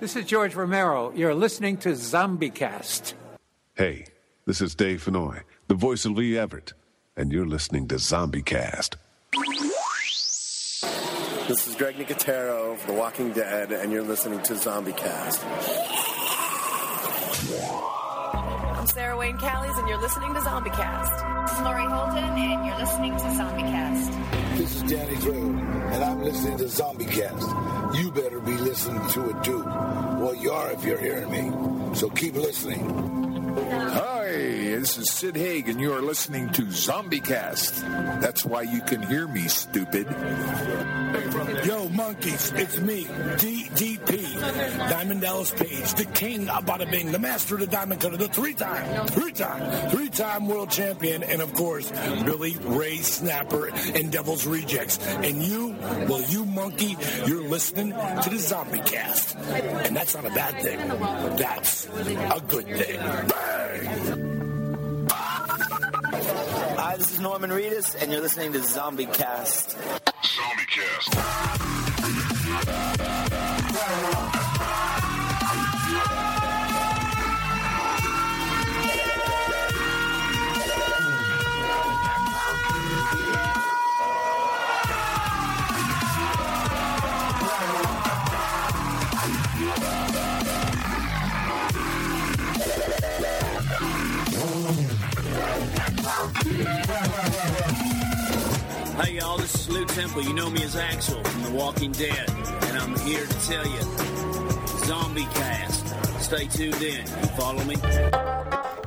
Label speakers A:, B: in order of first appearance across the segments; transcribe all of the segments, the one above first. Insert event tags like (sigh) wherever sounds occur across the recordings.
A: This is George Romero. You're listening to ZombieCast.
B: Hey, this is Dave Fenoy, the voice of Lee Everett, and you're listening to Zombie Cast.
C: This is Greg Nicotero of The Walking Dead, and you're listening to Zombie Cast.
D: I'm Sarah Wayne Callies, and you're listening to ZombieCast.
E: This is Lori Holden, and you're listening to ZombieCast.
F: This is Danny Drew, and I'm listening to Zombie Cast. You better be listening to it too. Well, you are if you're hearing me. So keep listening.
G: Hi, this is Sid Haig, and you are listening to ZombieCast. That's why you can hear me, stupid.
H: Yo, monkeys, it's me, DDP, Diamond Dallas Page, the king of Bada Bing, the master of the diamond cutter, the three-time, three-time, three-time world champion, and of course, Billy Ray Snapper and Devil's Rejects. And you, well, you monkey, you're listening to the Zombie Cast, and that's not a bad thing. That's a good thing.
I: Hi, this is Norman Reedus, and you're listening to Zombie Cast. Zombie Cast.
J: Hey y'all, this is Lou Temple. You know me as Axel from The Walking Dead, and I'm here to tell you, Zombie Cast. Stay tuned in. You follow me?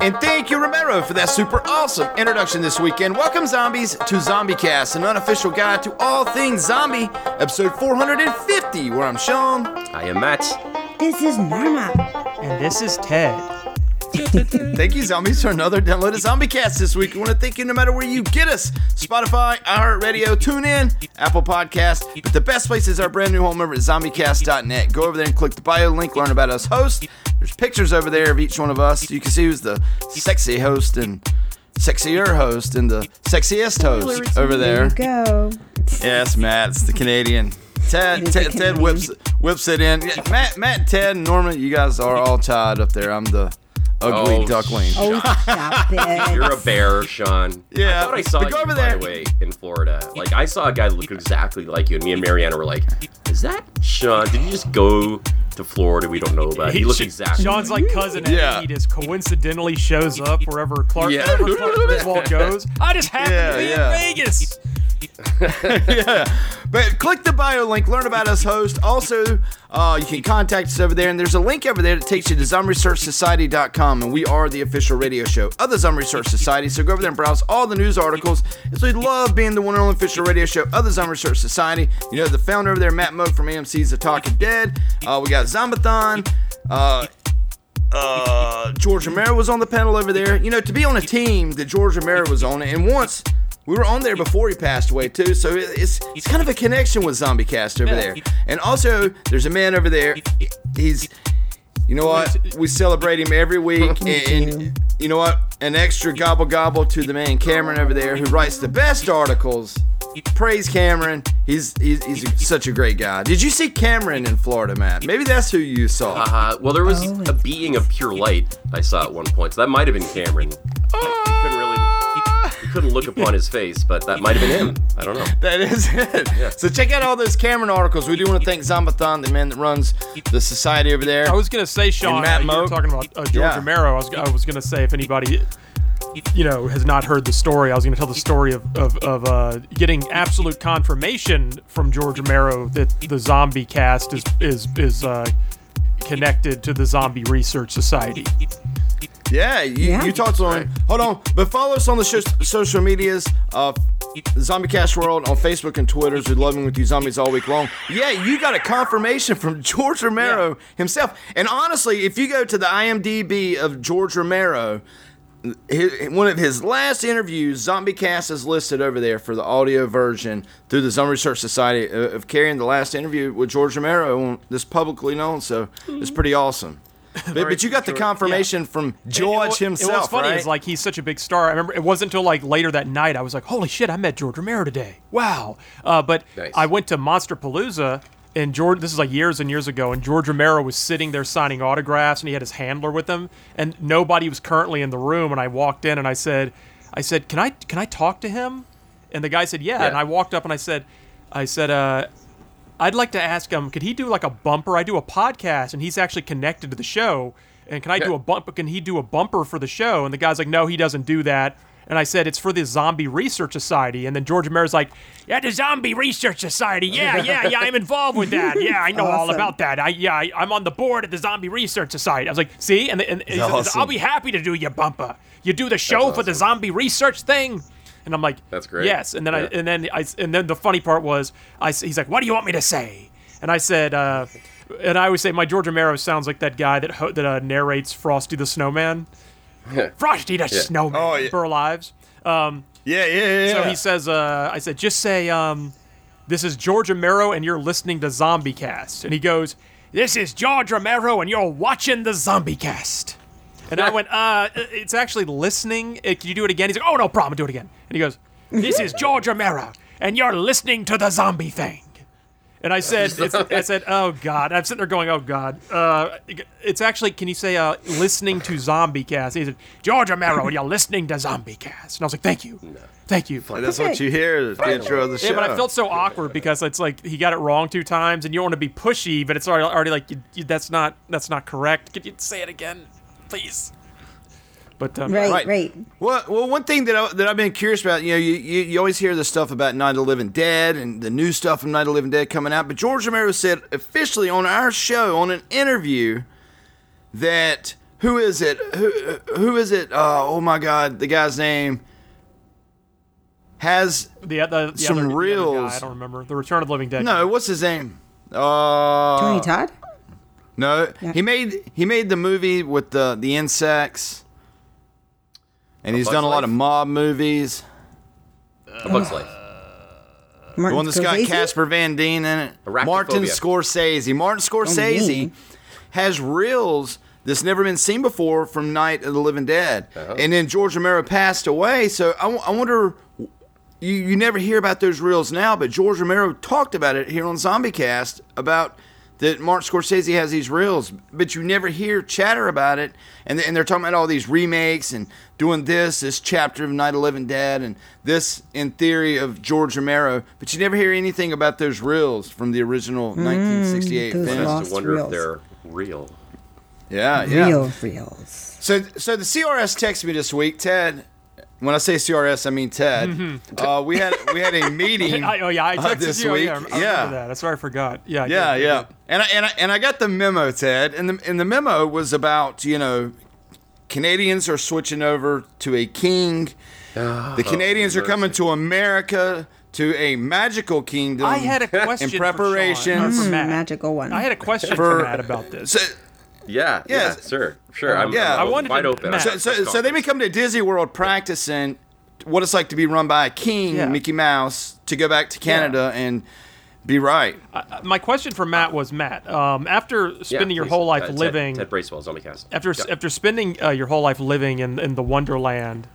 K: And thank you, Romero, for that super awesome introduction this weekend. Welcome, zombies, to ZombieCast, an unofficial guide to all things zombie, episode 450, where I'm Sean. I am Matt.
L: This is Norma.
K: And this is Ted. (laughs)
L: (laughs)
K: thank you, zombies, for another download of ZombieCast this week. We want to thank you no matter where you get us Spotify, iHeartRadio, TuneIn, Apple Podcast. But the best place is our brand new home over at zombiecast.net. Go over there and click the bio link, learn about us hosts. There's pictures over there of each one of us. You can see who's the sexy host and sexier host and the sexiest host over there.
L: There you go.
K: Yes, Matt, it's the Canadian. Ted, Ted, Ted whips whips it in. Yeah, Matt, Matt, Ted, and Norman, you guys are all tied up there. I'm the ugly
M: Oh,
K: duckling.
M: Oh,
L: stop it.
M: You're a bear, Sean.
K: Yeah,
M: I thought I saw
K: but go
M: you,
K: over
M: by
K: there.
M: the way, in Florida. Like, I saw a guy that looked exactly like you, and me and Mariana were like, is that Sean? Did you just go to Florida we don't know about? He looked exactly
N: Sean's
M: like
N: like cousin Eddie.
M: Yeah.
N: He just coincidentally shows up wherever Clark,
M: Yeah.
N: wherever
K: (laughs)
N: Clark Griswold goes. I just happened
K: Yeah,
N: to be
K: yeah.
N: in Vegas.
K: (laughs) yeah. But click the bio link, learn about us, host. Also, uh, you can contact us over there, and there's a link over there that takes you to zombieresearchsociety.com, and we are the official radio show of the Zombie Research Society. So go over there and browse all the news articles. As we love being the one and only official radio show of the Zombie Research Society. You know, the founder over there, Matt Moog from AMC's The Talking Dead. Uh, we got Zombathon. Uh, uh, George Romero was on the panel over there. You know, to be on a team that George Romero was on, and once we were on there before he passed away too, so it- it's it's kind of a connection with Zombie Cast over there. And also, there's a man over there. He's, you know what? We celebrate him every week, and, and you know what? An extra gobble gobble to the man Cameron over there who writes the best articles. Praise Cameron. He's he's, he's such a great guy. Did you see Cameron in Florida, Matt? Maybe that's who you saw.
M: Uh, well, there was a being of pure light I saw at one point, so that might have been Cameron. You couldn't really, you couldn't look upon his face, but that might have been him. I don't know.
K: (laughs) That is it. So check out all those Cameron articles. We do want to thank Zombathon, the man that runs the society over there.
N: I was gonna say, Sean,
K: And Matt
N: uh, you were
K: Moak.
N: talking about uh, George
K: Yeah.
N: Romero. I was, I was gonna say if anybody, you know, has not heard the story, I was gonna tell the story of of, of uh, getting absolute confirmation from George Romero that the zombie cast is is is uh, connected to the Zombie Research Society.
K: Yeah, you, you talked to him. Hold on, but follow us on the sh- social medias. Uh, Zombie Cast World on Facebook and Twitter. We're loving with you zombies all week long. Yeah, you got a confirmation from George Romero himself. And honestly, if you go to the IMDb of George Romero, hi- one of his last interviews, Zombie Cast is listed over there for the audio version through the Zombie Research Society uh, of carrying the last interview with George Romero. That's publicly known, so it's pretty awesome. But, but you got the confirmation from George
N: It- it-
K: himself.
N: It, what's funny
K: right?
N: is like he's such a big star. I remember it wasn't until like later that night I was like, "Holy shit, I met George Romero today! Wow!" Uh, but I went to Monster Palooza. And George, this is like years and years ago, and George Romero was sitting there signing autographs, and he had his handler with him, and nobody was currently in the room. And I walked in, and I said, "I said, can I can I talk to him?" And the guy said, "Yeah."
K: Yeah.
N: And I walked up and I said, "I said, uh, I'd like to ask him, could he do like a bumper? I do a podcast and he's actually connected to the show. And can I do a bump? Can he do a bumper for the show? And the guy's like, no, he doesn't do that. And I said, it's for the Zombie Research Society. And then George Romero's like, yeah, the Zombie Research Society. Yeah, yeah, yeah, I'm involved with that. Yeah, I know all
O: Awesome.
N: about that. I yeah, I, I'm on the board at the Zombie Research Society. I was like, see, and, and, and he says,
K: Awesome.
N: I'll be happy to do your bumper. You do the show for the zombie research thing. And I'm like,
M: That's great.
N: Yes, and then I
M: Yeah.
N: and then I and then the funny part was I s- he's like, "What do you want me to say?" And I said, uh, and I always say my George Romero sounds like that guy that ho- that uh, narrates Frosty the Snowman. Frosty the
K: Yeah.
N: Snowman
K: Oh, yeah.
N: for lives. Um,
K: yeah, yeah, yeah.
N: So he says, uh, I said, just say, um, this is George Romero and you're listening to Zombie Cast. And he goes, this is George Romero and you're watching the Zombie Cast. And I went, uh, it's actually listening. Uh, Can you do it again? He's like, oh, no problem. Do it again. And he goes, this is George Romero and you're listening to the zombie thing. And I said, it's, I said, oh god. I'm sitting there going, oh god. Uh, it's actually, can you say, uh, listening to Zombie Cast? He said, George Romero, and you're listening to Zombie Cast. And I was like, thank you, thank you.
K: That's what you hear. The intro of the show.
N: Yeah, but I felt so awkward because it's like he got it wrong two times, and you don't want to be pushy, but it's already, already like you, you, that's not that's not correct. Could you say it again, please? But um,
K: Well, well, one thing that, I, that I've been curious about, you know, you, you, you always hear the stuff about Night of the Living Dead and the new stuff from Night of the Living Dead coming out, but George Romero said officially on our show on an interview that who is it? Who who is it? Uh, oh my God, the guy's name has
N: the, the, the
K: some
N: other, the other guy,
K: reels.
N: I don't remember the Return of the Living Dead.
K: No, what's his name? Uh,
N: Tony
L: Todd.
K: No, he made he made the movie with the the insects, and he's
M: Bug's
K: done a lot
M: Life?
K: of mob movies.
M: A Bug's Life.
K: the one that's got
M: Scorsese?
K: Casper Van Dien in it.
M: Arachnophobia.
K: Martin Scorsese. Martin Scorsese has reels that's never been seen before from Night of the Living Dead. And then George Romero passed away, so I, w- I wonder. You, you never hear about those reels now, but George Romero talked about it here on ZombieCast about that Martin Scorsese has these reels, but you never hear chatter about it. And, they- and they're talking about all these remakes and doing this, this chapter of Night of the Living Dead, and this in theory of George Romero, but you never hear anything about those reels from the original 1968
M: One
K: film.
M: has to wonder if they're real.
K: Yeah, yeah.
L: Real reels.
K: So, so the CRS texted me this week, Ted. When I say CRS, I mean Ted. Uh, we had we had a meeting.
N: Mm-hmm. (laughs) I, oh yeah, I
K: uh,
N: texted
K: this
N: you.
K: week.
N: Yeah, I remember that. That's why I forgot. Yeah, I did.
K: yeah, yeah. And I, and I and I got the memo, Ted. And the and the memo was about you know, Canadians are switching over to a king. the Canadians are
M: mercy.
K: coming to America to a magical kingdom.
N: I had a question
K: (laughs)
N: for
K: in
N: Sean,
K: preparations
N: or for Matt.
L: Magical one.
N: I had a question for,
K: For- (laughs)
N: Matt about this.
M: Yeah, yeah,
K: Yes.
M: sure, sure. I'm,
K: Yeah.
M: I'm
K: I wanted
M: wide
K: to-
M: open.
K: So, so, so they may come to Disney World practicing what it's like to be run by a king,
N: Yeah.
K: Mickey Mouse, to go back to Canada and be right.
N: Uh, My question for Matt was Matt. Um, after
M: Yeah,
N: spending your
M: please.
N: whole life
M: Uh, Ted-
N: living,
M: Ted Bracewell, Zombie Cast.
N: after
M: Yeah.
N: after spending uh, your whole life living in, in the wonderland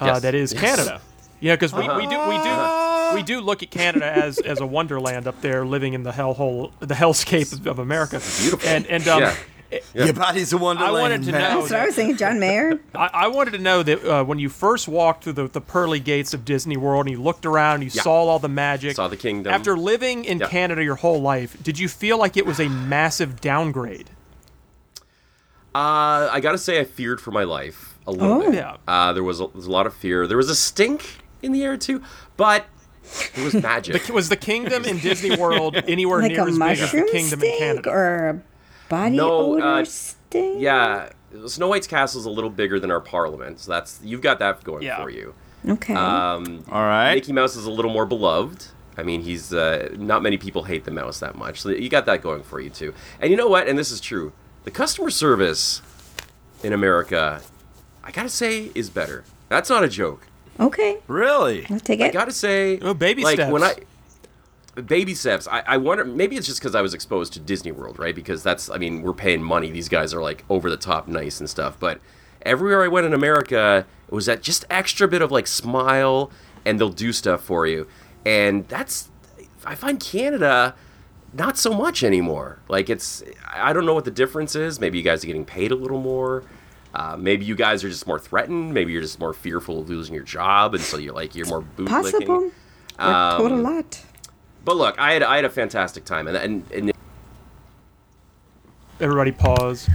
N: uh,
M: Yes.
N: that is
M: Yes.
N: Canada. Yeah, because we, we do we
K: do
N: we do look at Canada as as a wonderland up there, living in the hellhole, the hellscape of, of America. Beautiful. And and um,
K: Yeah.
N: it-
K: (laughs) Your body's a wonderland.
N: I wanted to
K: man.
N: know
K: (laughs)
L: That's what I was thinking. John
N: (laughs)
L: Mayer.
N: I, I wanted to know that uh, when you first walked through the, the pearly gates of Disney World and you looked around, and you
M: Yeah.
N: saw all the magic,
M: Saw the kingdom.
N: After living in
M: Yeah.
N: Canada your whole life, did you feel like it was a massive downgrade?
M: Uh, I gotta say, I feared for my life a little
N: Oh.
M: bit.
N: Yeah.
M: Uh, there was a, there was a lot of fear. There was a stink in the air too, but it
L: (laughs)
M: was magic.
N: The, was the kingdom in Disney
M: (laughs)
N: World anywhere
L: like
N: near
L: a
N: as big as the
L: mushroom
N: kingdom in
L: stink
N: Canada?
L: or a body
M: no,
L: odor
M: uh,
L: stink?
M: yeah, Snow White's castle is a little bigger than our parliament, so that's you've got that going for you.
L: Okay.
M: Um, All right. Mickey Mouse is a little more beloved. I mean, he's uh, not many people hate the mouse that much. So you got that going for you too. And you know what? And this is true. The customer service in America, I gotta say, is better. That's not a joke.
L: Okay.
K: Really?
L: I'll take
M: I
L: it.
M: gotta say,
N: oh, baby
M: like
N: steps.
M: when I baby steps. I, I wonder. Maybe it's just because I was exposed to Disney World, right? Because that's. I mean, we're paying money. These guys are like over the top nice and stuff. But everywhere I went in America, it was that just extra bit of like smile, and they'll do stuff for you. And that's. I find Canada not so much anymore. Like it's. I don't know what the difference is. Maybe you guys are getting paid a little more. Uh, maybe you guys are just more threatened. Maybe you're just more fearful of losing your job, and so you're like you're more bootlicking.
L: Possible.
M: Um,
L: Told a lot.
M: but look, I had I had a fantastic time, and and, and
N: Everybody pause.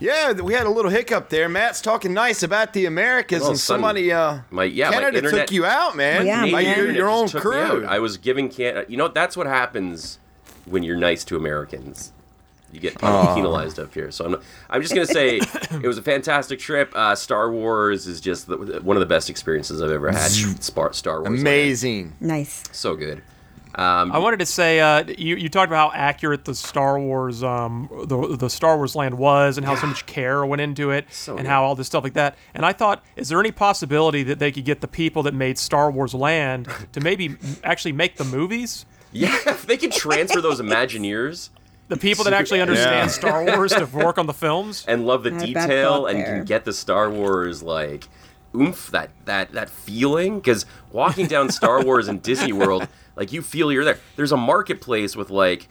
K: Yeah, we had a little hiccup there. Matt's talking nice about the Americans,
M: Well,
K: and
M: son,
K: somebody, uh,
M: my yeah, my
K: Canada
M: internet-
K: took you out, man.
M: my
K: Like,
M: Canadian
K: your,
M: internet
K: your
M: just
K: own
M: took me out.
K: crew.
M: I was giving can you know that's what happens when you're nice to Americans. You get
K: Aw.
M: (laughs) penalized up here. So I'm, I'm just gonna say it was a fantastic trip. Uh, Star Wars is just the, one of the best experiences I've ever had. Spar- Star Wars,
K: amazing,
L: nice,
M: so good. Um,
N: I wanted to say uh, you you talked about how accurate the Star Wars um the, the Star Wars land was and how so much care went into it and how all this stuff like that and I thought is there any possibility that they could get the people that made Star Wars land to maybe actually make the movies
M: yeah, if they could transfer those Imagineers.
N: the people that actually
M: Yeah.
N: understand Star Wars to work on the films
M: and love
N: I
M: the
N: had that
M: detail
N: thought
M: and
N: there.
M: can get the Star Wars like oomph that that that feeling because walking down Star Wars in Disney World like you feel you're there. There's a marketplace with like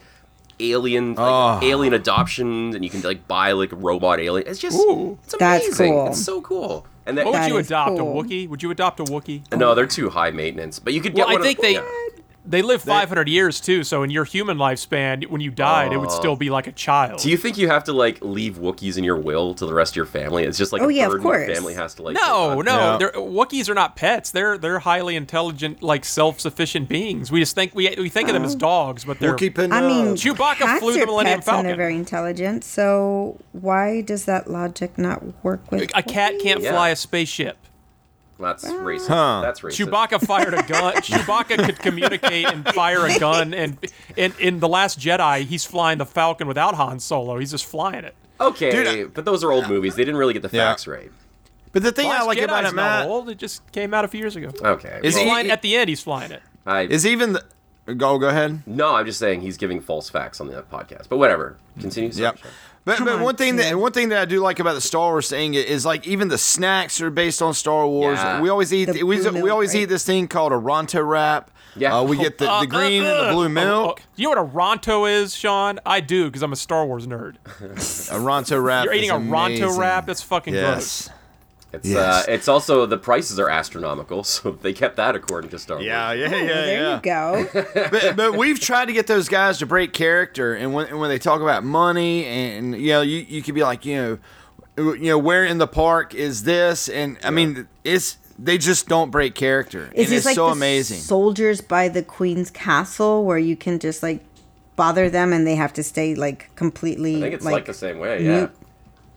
M: alien like, alien adoptions and you can like buy like robot alien. It's just it's
L: That's
M: amazing.
L: cool.
M: It's so cool. And
N: what would you
L: is
N: adopt
L: cool.
N: a Wookiee would you adopt a Wookiee
M: no, they're too high maintenance. But you could get
N: well,
M: one
N: I think
M: of,
N: they
M: yeah.
N: they live 500 years too, so in your human lifespan, when you died, it would
M: Oh.
N: still be like a child.
M: Do you think you have to like leave Wookiees in your will to the rest of your family? It's just like
N: Oh,
M: a
N: yeah, of
M: burden your
N: course.
M: family has to like
N: no,
M: take
N: no,
M: on.
N: they're, Wookiees are not pets. They're they're highly intelligent, like self-sufficient beings. We just think we we think of them as dogs, but they're
L: I mean,
K: uh,
N: Chewbacca
L: Oh. cats
N: flew the
L: are
N: Millennium
L: pets and they're
N: Falcon.
L: very intelligent. So why does that logic not work with?
N: A cat can't
L: Yeah.
N: fly a spaceship.
M: That's
L: Ah.
M: racist.
K: Huh.
M: That's racist.
N: Chewbacca fired a
M: (laughs)
N: gun. Chewbacca could communicate and fire a gun. And in in the Last Jedi, he's flying the Falcon without Han Solo. He's just flying it.
M: Okay, but those are old movies. They didn't really get the facts right.
K: But the thing
N: Last
K: I like about
N: Jedi's
K: it,
N: not
K: Matt-
N: old. It just came out a few years ago.
M: Okay.
N: He's
M: well,
N: flying at the end. He's flying it.
M: I,
K: is even the go go ahead.
M: No, I'm just saying he's giving false facts on the podcast. But whatever. Continue. Yep.
K: But, but one thing that one thing that I do like about the Star Wars thing is like even the snacks are based on Star Wars.
M: Yeah.
K: We always eat
M: The
K: we,
M: blue
K: we
M: milk,
K: always
M: right?
K: eat this thing called a Ronto wrap.
M: Yeah.
K: Uh, we get the,
N: Uh, (laughs)
K: the green and
N: uh,
K: the
N: uh,
K: blue
N: uh,
K: milk.
N: uh, you know what a Ronto is, Sean? I do because I'm a Star Wars nerd.
K: A Ronto wrap.
N: You're eating
K: is
N: a Ronto
K: amazing.
N: wrap? That's fucking
K: Yes.
M: It's,
K: Yes.
M: uh, it's also the prices are astronomical, (laughs) so they kept that according to Star Wars.
L: Oh,
K: Yeah, yeah, yeah, yeah.
L: Go.
M: (laughs)
K: but, but we've tried to get those guys to break character, and when, and when they talk about money, and you know, you, you could be like, you know, w- you know, where in the park is this? And I mean, it's they just don't break character,
L: Is
K: and
L: this
K: it's
L: like
K: so
L: the
K: amazing.
L: soldiers by the queen's castle where you can just like bother them and they have to stay like completely
M: I think it's like,
L: like,
M: the same way, yeah.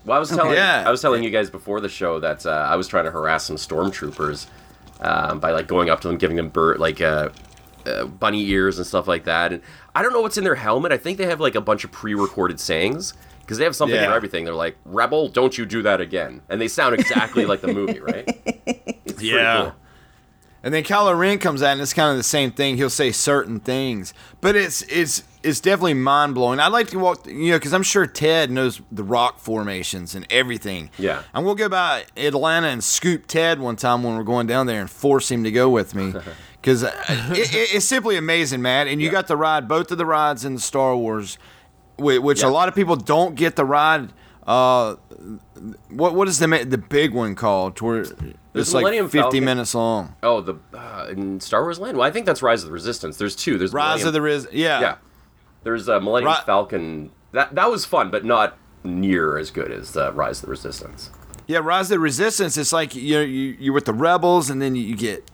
M: Well, I was
L: Okay.
M: telling
L: Yeah.
M: I was telling you guys before the show that uh, I was trying to harass some stormtroopers um, by like going up to them, giving them bird like uh, uh, bunny ears and stuff like that. And I don't know what's in their helmet. I think they have like a bunch of pre-recorded sayings because they have something
K: Yeah.
M: for everything. They're like, "Rebel, don't you do that again," and they sound exactly like the movie, right? It's pretty cool.
K: And then Kylo Ren comes out, and it's kind of the same thing. He'll say certain things, but it's it's it's definitely mind blowing. I'd like to walk, you know, because I'm sure Ted knows the rock formations and everything.
M: Yeah.
K: And we'll go by Atlanta and scoop Ted one time when we're going down there and force him to go with
M: (laughs)
K: me. Because it, it, it's simply amazing, Matt. And you got to ride both of the rides in the Star Wars, whi- which a lot of people don't get the ride. Uh, what what is the ma- the big one called? Where it's like
M: Millennium
K: 50
M: Falcon.
K: minutes long.
M: Oh, the uh, in Star Wars Land. Well, I think that's Rise of the Resistance. There's two. There's
K: Rise
M: Millennium-
K: of the Riz. Yeah.
M: Yeah. There's a Millennium Falcon. That that was fun, but not near as good as uh, Rise of the Resistance.
K: Yeah, Rise of the Resistance. It's like you you you're with the rebels, and then you get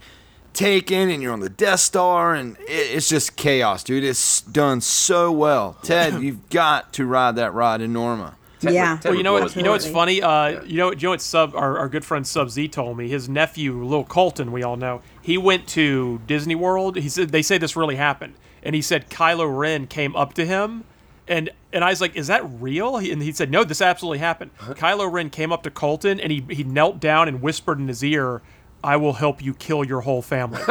K: taken, and you're on the Death Star, and it, it's just chaos, dude. It's done so well. Ted, you've got to ride that ride in Norma.
M: Ted-
L: yeah.
M: Ted
N: Well, you know
M: McCall
N: what?
M: was
N: You know what's
M: great.
N: funny? Uh, You know, you know what? Sub, our, our good friend Sub Z told me his nephew, Lil Colton, we all know, he went to Disney World. He said they say this really happened, and he said Kylo Ren came up to him, and and I was like, is that real? He- And he said, no, this absolutely happened. Kylo Ren came up to Colton, and he he knelt down and whispered in his ear, "I will help you kill your whole family."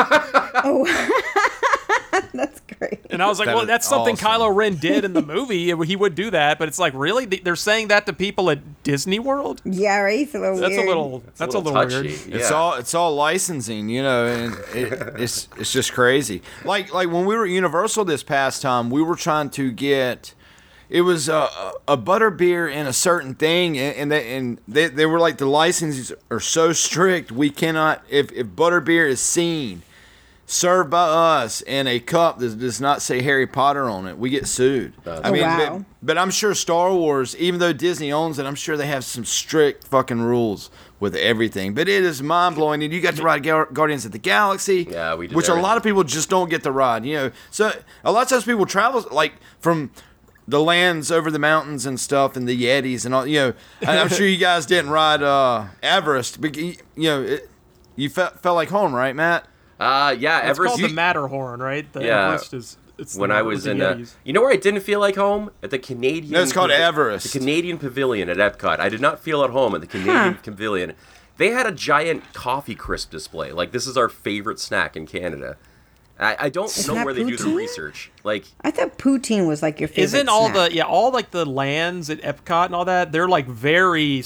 N: And I was like,
K: That
N: well,
K: is
N: that's something
K: awesome.
N: Kylo Ren did in the movie. and He would do that, but it's like, really? They- They're saying that to people at Disney World?
L: Yeah, right. It's a little
N: That's a
L: weird.
N: little- That's a that's a little little weird. touchy,
K: It's
N: yeah.
K: all it's all licensing, you know, and it, it's it's just crazy. Like like when we were at Universal this past time, we were trying to get it was a, a butter beer and a certain thing, and, and they and they, they were like the licenses are so strict. We cannot if if butter beer is seen served by us in a cup that does not say Harry Potter on it, we get sued. I mean,
L: Wow.
K: but- but I'm sure Star Wars, even though Disney owns it, I'm sure they have some strict fucking rules with everything. But it is mind blowing, and you got to ride Gal- Guardians of the Galaxy, yeah, we
M: did
K: which a lot
M: everything.
K: of people just don't get to ride. You know, so a lot of times people travel like from the lands over the mountains and stuff, and the Yetis and all. You know, and I'm sure you guys didn't ride uh, Everest, but you you know, it, you felt felt like home, right, Matt?
M: Uh, yeah,
N: It's
M: Everest.
N: called the Matterhorn, right? The
M: yeah,
N: Everest is. It's
M: when
N: the-
M: I was
N: the
M: in, uh,
N: Yetis.
M: you know where I didn't feel like home at the Canadian.
K: No, it's called
M: Pavi-
K: Everest.
M: The Canadian Pavilion at Epcot. I did not feel at home at the Canadian Pavilion. They had a giant coffee crisp display. Like this is our favorite snack in Canada. I, I don't
L: Is
M: know
L: that
M: where they do
L: poutine?
M: the research. Like
L: I thought poutine was like your favorite.
N: Isn't all
L: snack.
N: the yeah all like the lands at Epcot and all that? They're like very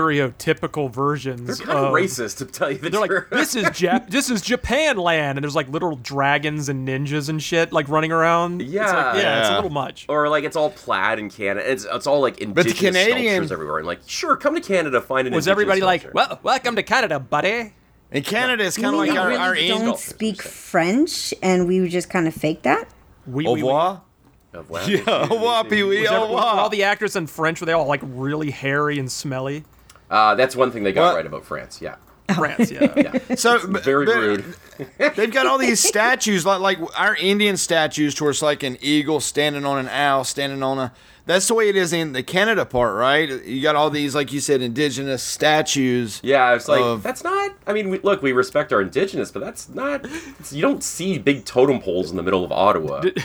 N: stereotypical versions.
M: they're kind of racist to tell you the
N: They're
M: truth.
N: like this is Jap-
M: (laughs)
N: this is Japan land, and there's like little dragons and ninjas and shit like running around. It's
M: yeah,
N: like, yeah, it's a little much.
M: Or like it's all plaid in Canada. It's, it's all like
N: the
M: indigenous
N: Canadian-
M: sculptures everywhere. And like, sure, come to Canada, find an.
N: Was
M: indigenous
N: everybody like,
M: sculpture.
N: well, welcome to Canada, buddy?
K: In Canada, it's
L: You mean we really don't speak French, and we would just kind of fake that.
N: We,
K: Au revoir. (laughs) Yeah, au revoir, Pee Wee.
N: Was
K: Au
N: every- were
K: revoir.
N: all the actors in French were they all like really hairy and smelly?
M: Uh, that's one thing they (laughs) got right about France. Yeah.
N: France, yeah.
K: So
M: very rude.
K: (laughs) They've got all these statues, like like our Indian statues, towards like an eagle standing on an owl, standing on a. That's the way it is in the Canada part, right? You got all these, like you said, indigenous statues.
M: Yeah, it's like
K: of-
M: that's not. I mean, we, look, we respect our indigenous, but that's not. it's- You don't see big totem poles in the middle of Ottawa.
N: Did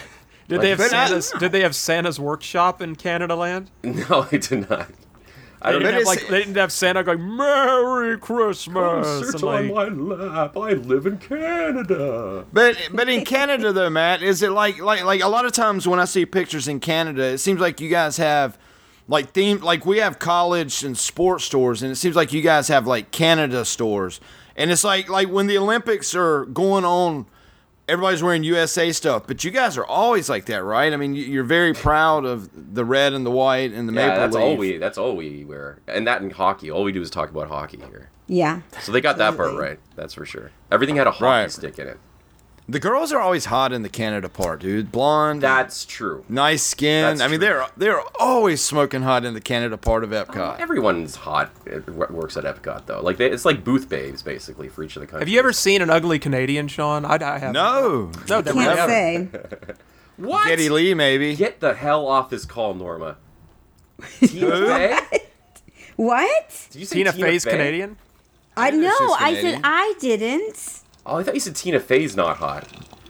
M: Like,
N: they have
M: but I-
N: (laughs) Santa's? Did they have Santa's workshop in Canada Land?
M: No, I did not.
N: They
M: I don't
N: didn't
M: know.
N: have like they didn't have Santa going Merry Christmas.
M: Concerts
N: and, like-
M: on my lap. I live in Canada.
K: But but in Canada though, Matt, is it like like like a lot of times when I see pictures in Canada, it seems like you guys have like theme like we have college and sports stores, and it seems like you guys have like Canada stores, and it's like like when the Olympics are going on. Everybody's wearing USA stuff, but you guys are always like that, right? I mean, you- you're very proud of the red and the white and the
M: Yeah,
K: maple
M: that's
K: leaf.
M: all we. That's all we wear, and that in hockey. All we do is talk about hockey here.
L: Yeah.
M: So they got that part right. That's for sure. Everything had a hockey
K: Right.
M: stick in it.
K: The girls are always hot in the Canada part, dude. Blonde.
M: That's true.
K: Nice skin.
M: That's
K: I mean,
M: true.
K: they're they're always smoking hot in the Canada part of Epcot.
M: Everyone's hot. It w- works at Epcot though. Like they, it's like booth babes basically for each of the countries.
N: have you ever seen an ugly Canadian, Sean? I, I have.
K: No.
N: No, never have. (laughs)
M: What?
K: Getty Lee, maybe.
M: Get the hell off this call, Norma. Tina Fey?
L: What?
M: Did you say Tina Tina Fey's Fey? Canadian?
L: I
M: Tina
L: no,
M: Fey's
L: I said
M: Canadian.
L: I didn't.
M: Oh, I thought you said Tina Fey's not hot.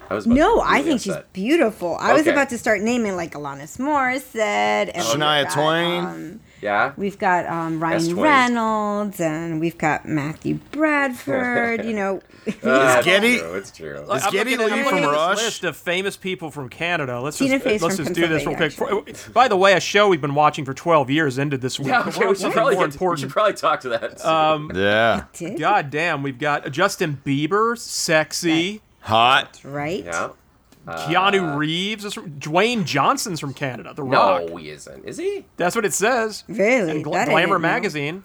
M: I was about
L: No,
M: to
L: I
M: really
L: think she's
M: upset.
L: beautiful. I was
M: Okay.
L: about to start naming like Alanis Morissette, and
K: Shania Twain.
L: um,
M: yeah.
L: We've got um,
K: S.
L: Ryan
K: Twain.
L: Reynolds, and we've got Matthew Bradford. You know,
M: Ah,
K: Is Getty-
M: It's true. It's true.
N: Like,
K: Is
N: I'm
K: Getty
N: looking at- I'm
K: Lee
N: looking
K: from
N: at this
K: Rush?
N: List of famous people from Canada. Let's
L: Tina
N: just
L: Fey's
N: let's
L: from
N: just do this real quick.
L: Pennsylvania,
N: By the way, a show we've been watching for 12 years ended this week.
M: Yeah,
N: but
M: okay,
N: we're
M: we
N: on
M: should,
N: something
M: probably
N: more
M: get to, we should
N: important.
M: probably talk to that. soon.
N: Um,
K: yeah.
N: God damn, we've got Justin Bieber, sexy.
K: Hot.
L: Right.
M: Yeah. Uh,
N: Keanu Reeves is from Dwayne Johnson's from Canada. The Rock.
M: no, he isn't. Is he?
N: That's what it says.
L: Really?
N: In Gla-
L: That I
N: Glamour
L: didn't know.
N: magazine.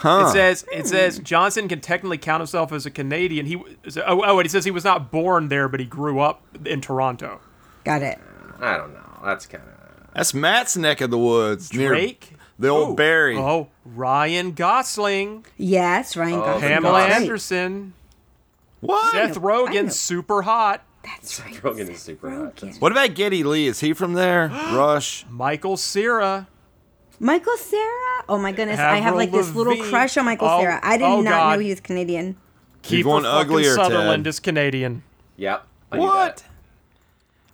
M: Huh.
N: It says it says Johnson can technically count himself as a Canadian. He w- is- oh oh, and it says he was not born there, but he grew up in Toronto.
L: Got it.
M: I don't know. That's kind of.
K: That's Matt's neck of the woods.
N: Drake?
K: Near the old
N: Ooh.
K: Barry.
N: Oh, Ryan Gosling,
L: yes, Ryan Gosling.
N: Oh, Pamela
L: That's right.
N: Anderson,
K: What?
N: Seth Rogen, super hot.
L: That's
M: right. Rogen is super hot.
K: What about Getty Lee? Is he from there? Rush.
N: Michael Cera.
L: Michael Sarah? Oh my goodness, I have
N: Avril
L: like this little
N: Lavigne.
L: crush on Michael
N: Oh-
L: Sarah. I did
N: oh,
L: not
N: God.
L: know he was Canadian.
K: You're
N: Keith
K: going uglier,
N: Sutherland
K: Ted.
N: is Canadian.
M: Yep.
K: What?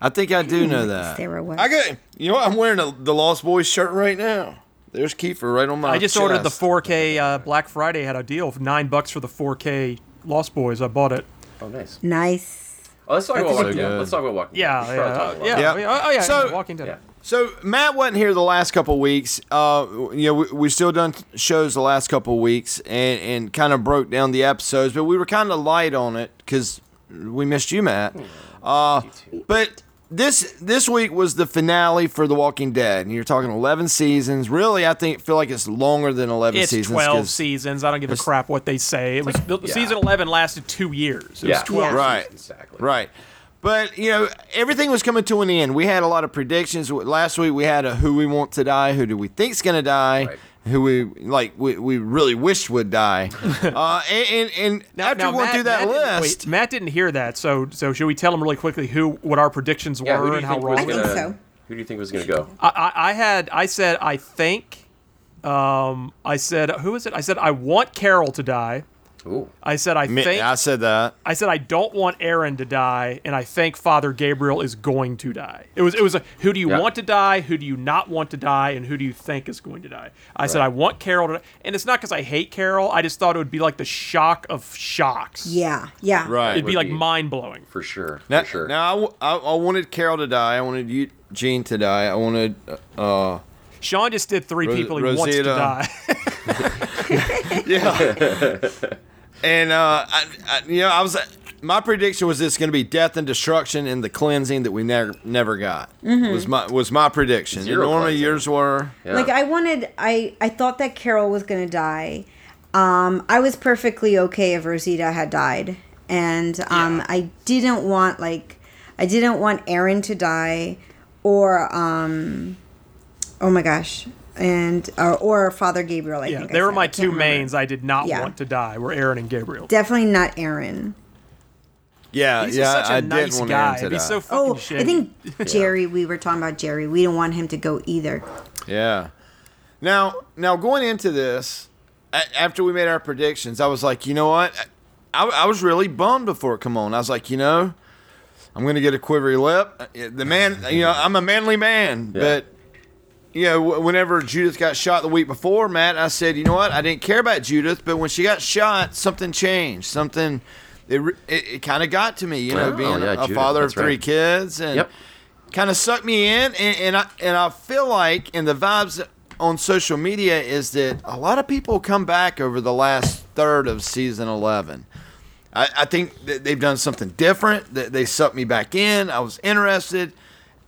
K: I think I do know that.
L: Sarah was.
K: I got you know what? I'm wearing a, the Lost Boys shirt right now. There's Kiefer right on my.
N: I just ordered the
K: chest.
N: 4K uh, Black Friday had a deal for nine bucks for the 4K Lost Boys. I bought it.
M: Oh, nice.
L: Nice.
M: Oh, let's talk
N: That's
M: about
N: so
M: Walking Dead.
N: good.
M: Let's talk about Walking
N: Yeah,
M: Dead.
N: yeah,
M: Let's probably talk about
N: yeah,
M: it.
N: yeah. Oh yeah,
K: So-
N: Walking Dead.
K: So Matt wasn't here the last couple of weeks. Uh, you know, we, we still done shows the last couple of weeks and, and kind of broke down the episodes, but we were kind of light on it because we missed you, Matt.
N: Hmm.
K: Uh, but this this week was the finale for The Walking Dead, and you're talking 11 seasons. Really, I think feel like it's longer than 11
N: It's
K: seasons.
N: 12
K: 'cause-
N: seasons. I don't give a
K: it's-
N: crap what they say. It was the-
K: yeah.
N: season 11 lasted two years. It was 12.
K: Right. Exactly. Right. But you know, everything was coming to an end. We had a lot of predictions. Last week we had a who we want to die, who do we think's going to die, who we like we, we really wish would die. uh, and and, and after
N: Now,
K: going
N: Matt-
K: through that
N: Matt didn't-
K: list,
N: wait, Matt didn't hear that. So so should we tell him really quickly who what our predictions
M: Yeah, who
N: were
M: do you
N: and how
M: think
N: wrong?
M: was
N: we
M: gonna,
N: were?
M: Who do you think was going to go?
N: I, I I had I said I think um I said who is it? I said I want Carol to die.
M: Ooh.
N: I said I
K: Me-
N: think
K: I said that.
N: I said I don't want Aaron to die, and I think Father Gabriel is going to die. It was it was a, who do you
K: Yeah.
N: want to die, who do you not want to die, and who do you think is going to die? I said
K: Right.
N: I want Carol to, and it's not because I hate Carol. I just thought it would be like the shock of shocks.
L: Yeah, yeah.
K: Right.
N: it'd be
K: Would
N: like
K: be.
N: mind blowing.
M: For sure.
K: now, now I, w- I, I wanted Carol to die. I wanted you, Gene to die. I wanted. Uh,
N: Sean just did three
K: Ros-
N: people he wants
K: Rosita.
N: to die.
K: (laughs) yeah. and uh, I, I, you know, I was my prediction was it's going to be death and destruction and the cleansing that we never never got
N: Mm-hmm.
L: Mhm.
K: was my was my prediction.
M: Zero
K: Normally
M: cleansing.
K: yours were
L: Like I wanted I I thought that Carol was going to die. Um I was perfectly okay if Rosita had died. And um I didn't want like I didn't want Aaron to die or um oh my gosh. And or, or Father Gabriel, I
N: yeah,
L: think. I
N: they were
L: said.
N: my
L: I
N: two
L: can't remember.
N: mains I did not
L: Yeah.
N: want to die were Aaron and Gabriel.
L: Definitely not Aaron.
K: yeah
N: He's
K: yeah
N: just such a
K: I
N: nice
K: didn't want
N: guy.
K: Aaron to
N: It'd be
K: die.
N: so
L: Oh,
N: fucking shitty.
L: I think Jerry. We were talking about Jerry. We don't want him to go either.
K: Yeah. Now, now going into this, a- after we made our predictions, I was like, you know what? I, I was really bummed before it come on. I was like, you know, I'm gonna get a quivery lip. Uh, The man, you know, I'm a manly man,
M: Yeah.
K: but. You know, wh- whenever Judith got shot the week before, Matt, I said, you know what? I didn't care about Judith, but when she got shot, something changed. Something, it, re- it, it kind of got to me, you know,
M: Oh,
K: being
M: yeah,
K: a
M: Judith,
K: father of
M: that's right.
K: three kids. And
M: Yep.
K: kind of sucked me in, and, and I and I feel like, and the vibes on social media is that a lot of people come back over the last third of season eleven. I, I think that they've done something different. That they sucked me back in. I was interested,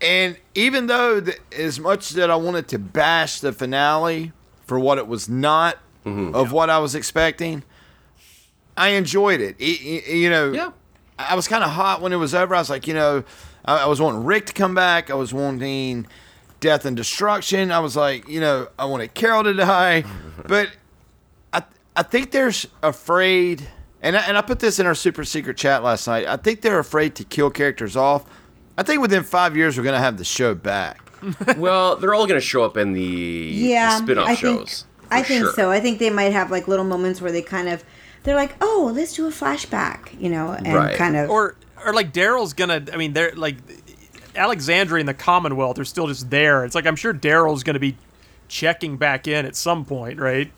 K: and even though th- as much that I wanted to bash the finale for what it was not of what I was expecting, I enjoyed it. E- e- you know, I I was kind of hot when it was over. I was like, you know, I, I was wanting Rick to come back. I was wanting death and destruction. I was like, you know, I wanted Carol to die. but I, I think they're s- afraid, and I, and I put this in our super secret chat last night. I think they're afraid to kill characters off. I think within five years we're gonna have the show back.
M: well, they're all going to show up in the,
L: Yeah,
M: the spin-off
L: I think-
M: shows. for
L: I think
M: sure.
L: so. I think they might have like little moments where they kind of, they're like, oh, let's do a flashback, you know, and kind of.
N: or or like Daryl's gonna. I mean, they're like Alexandria and the Commonwealth are still just there. It's like I'm sure Daryl's gonna be checking back in at some point, right?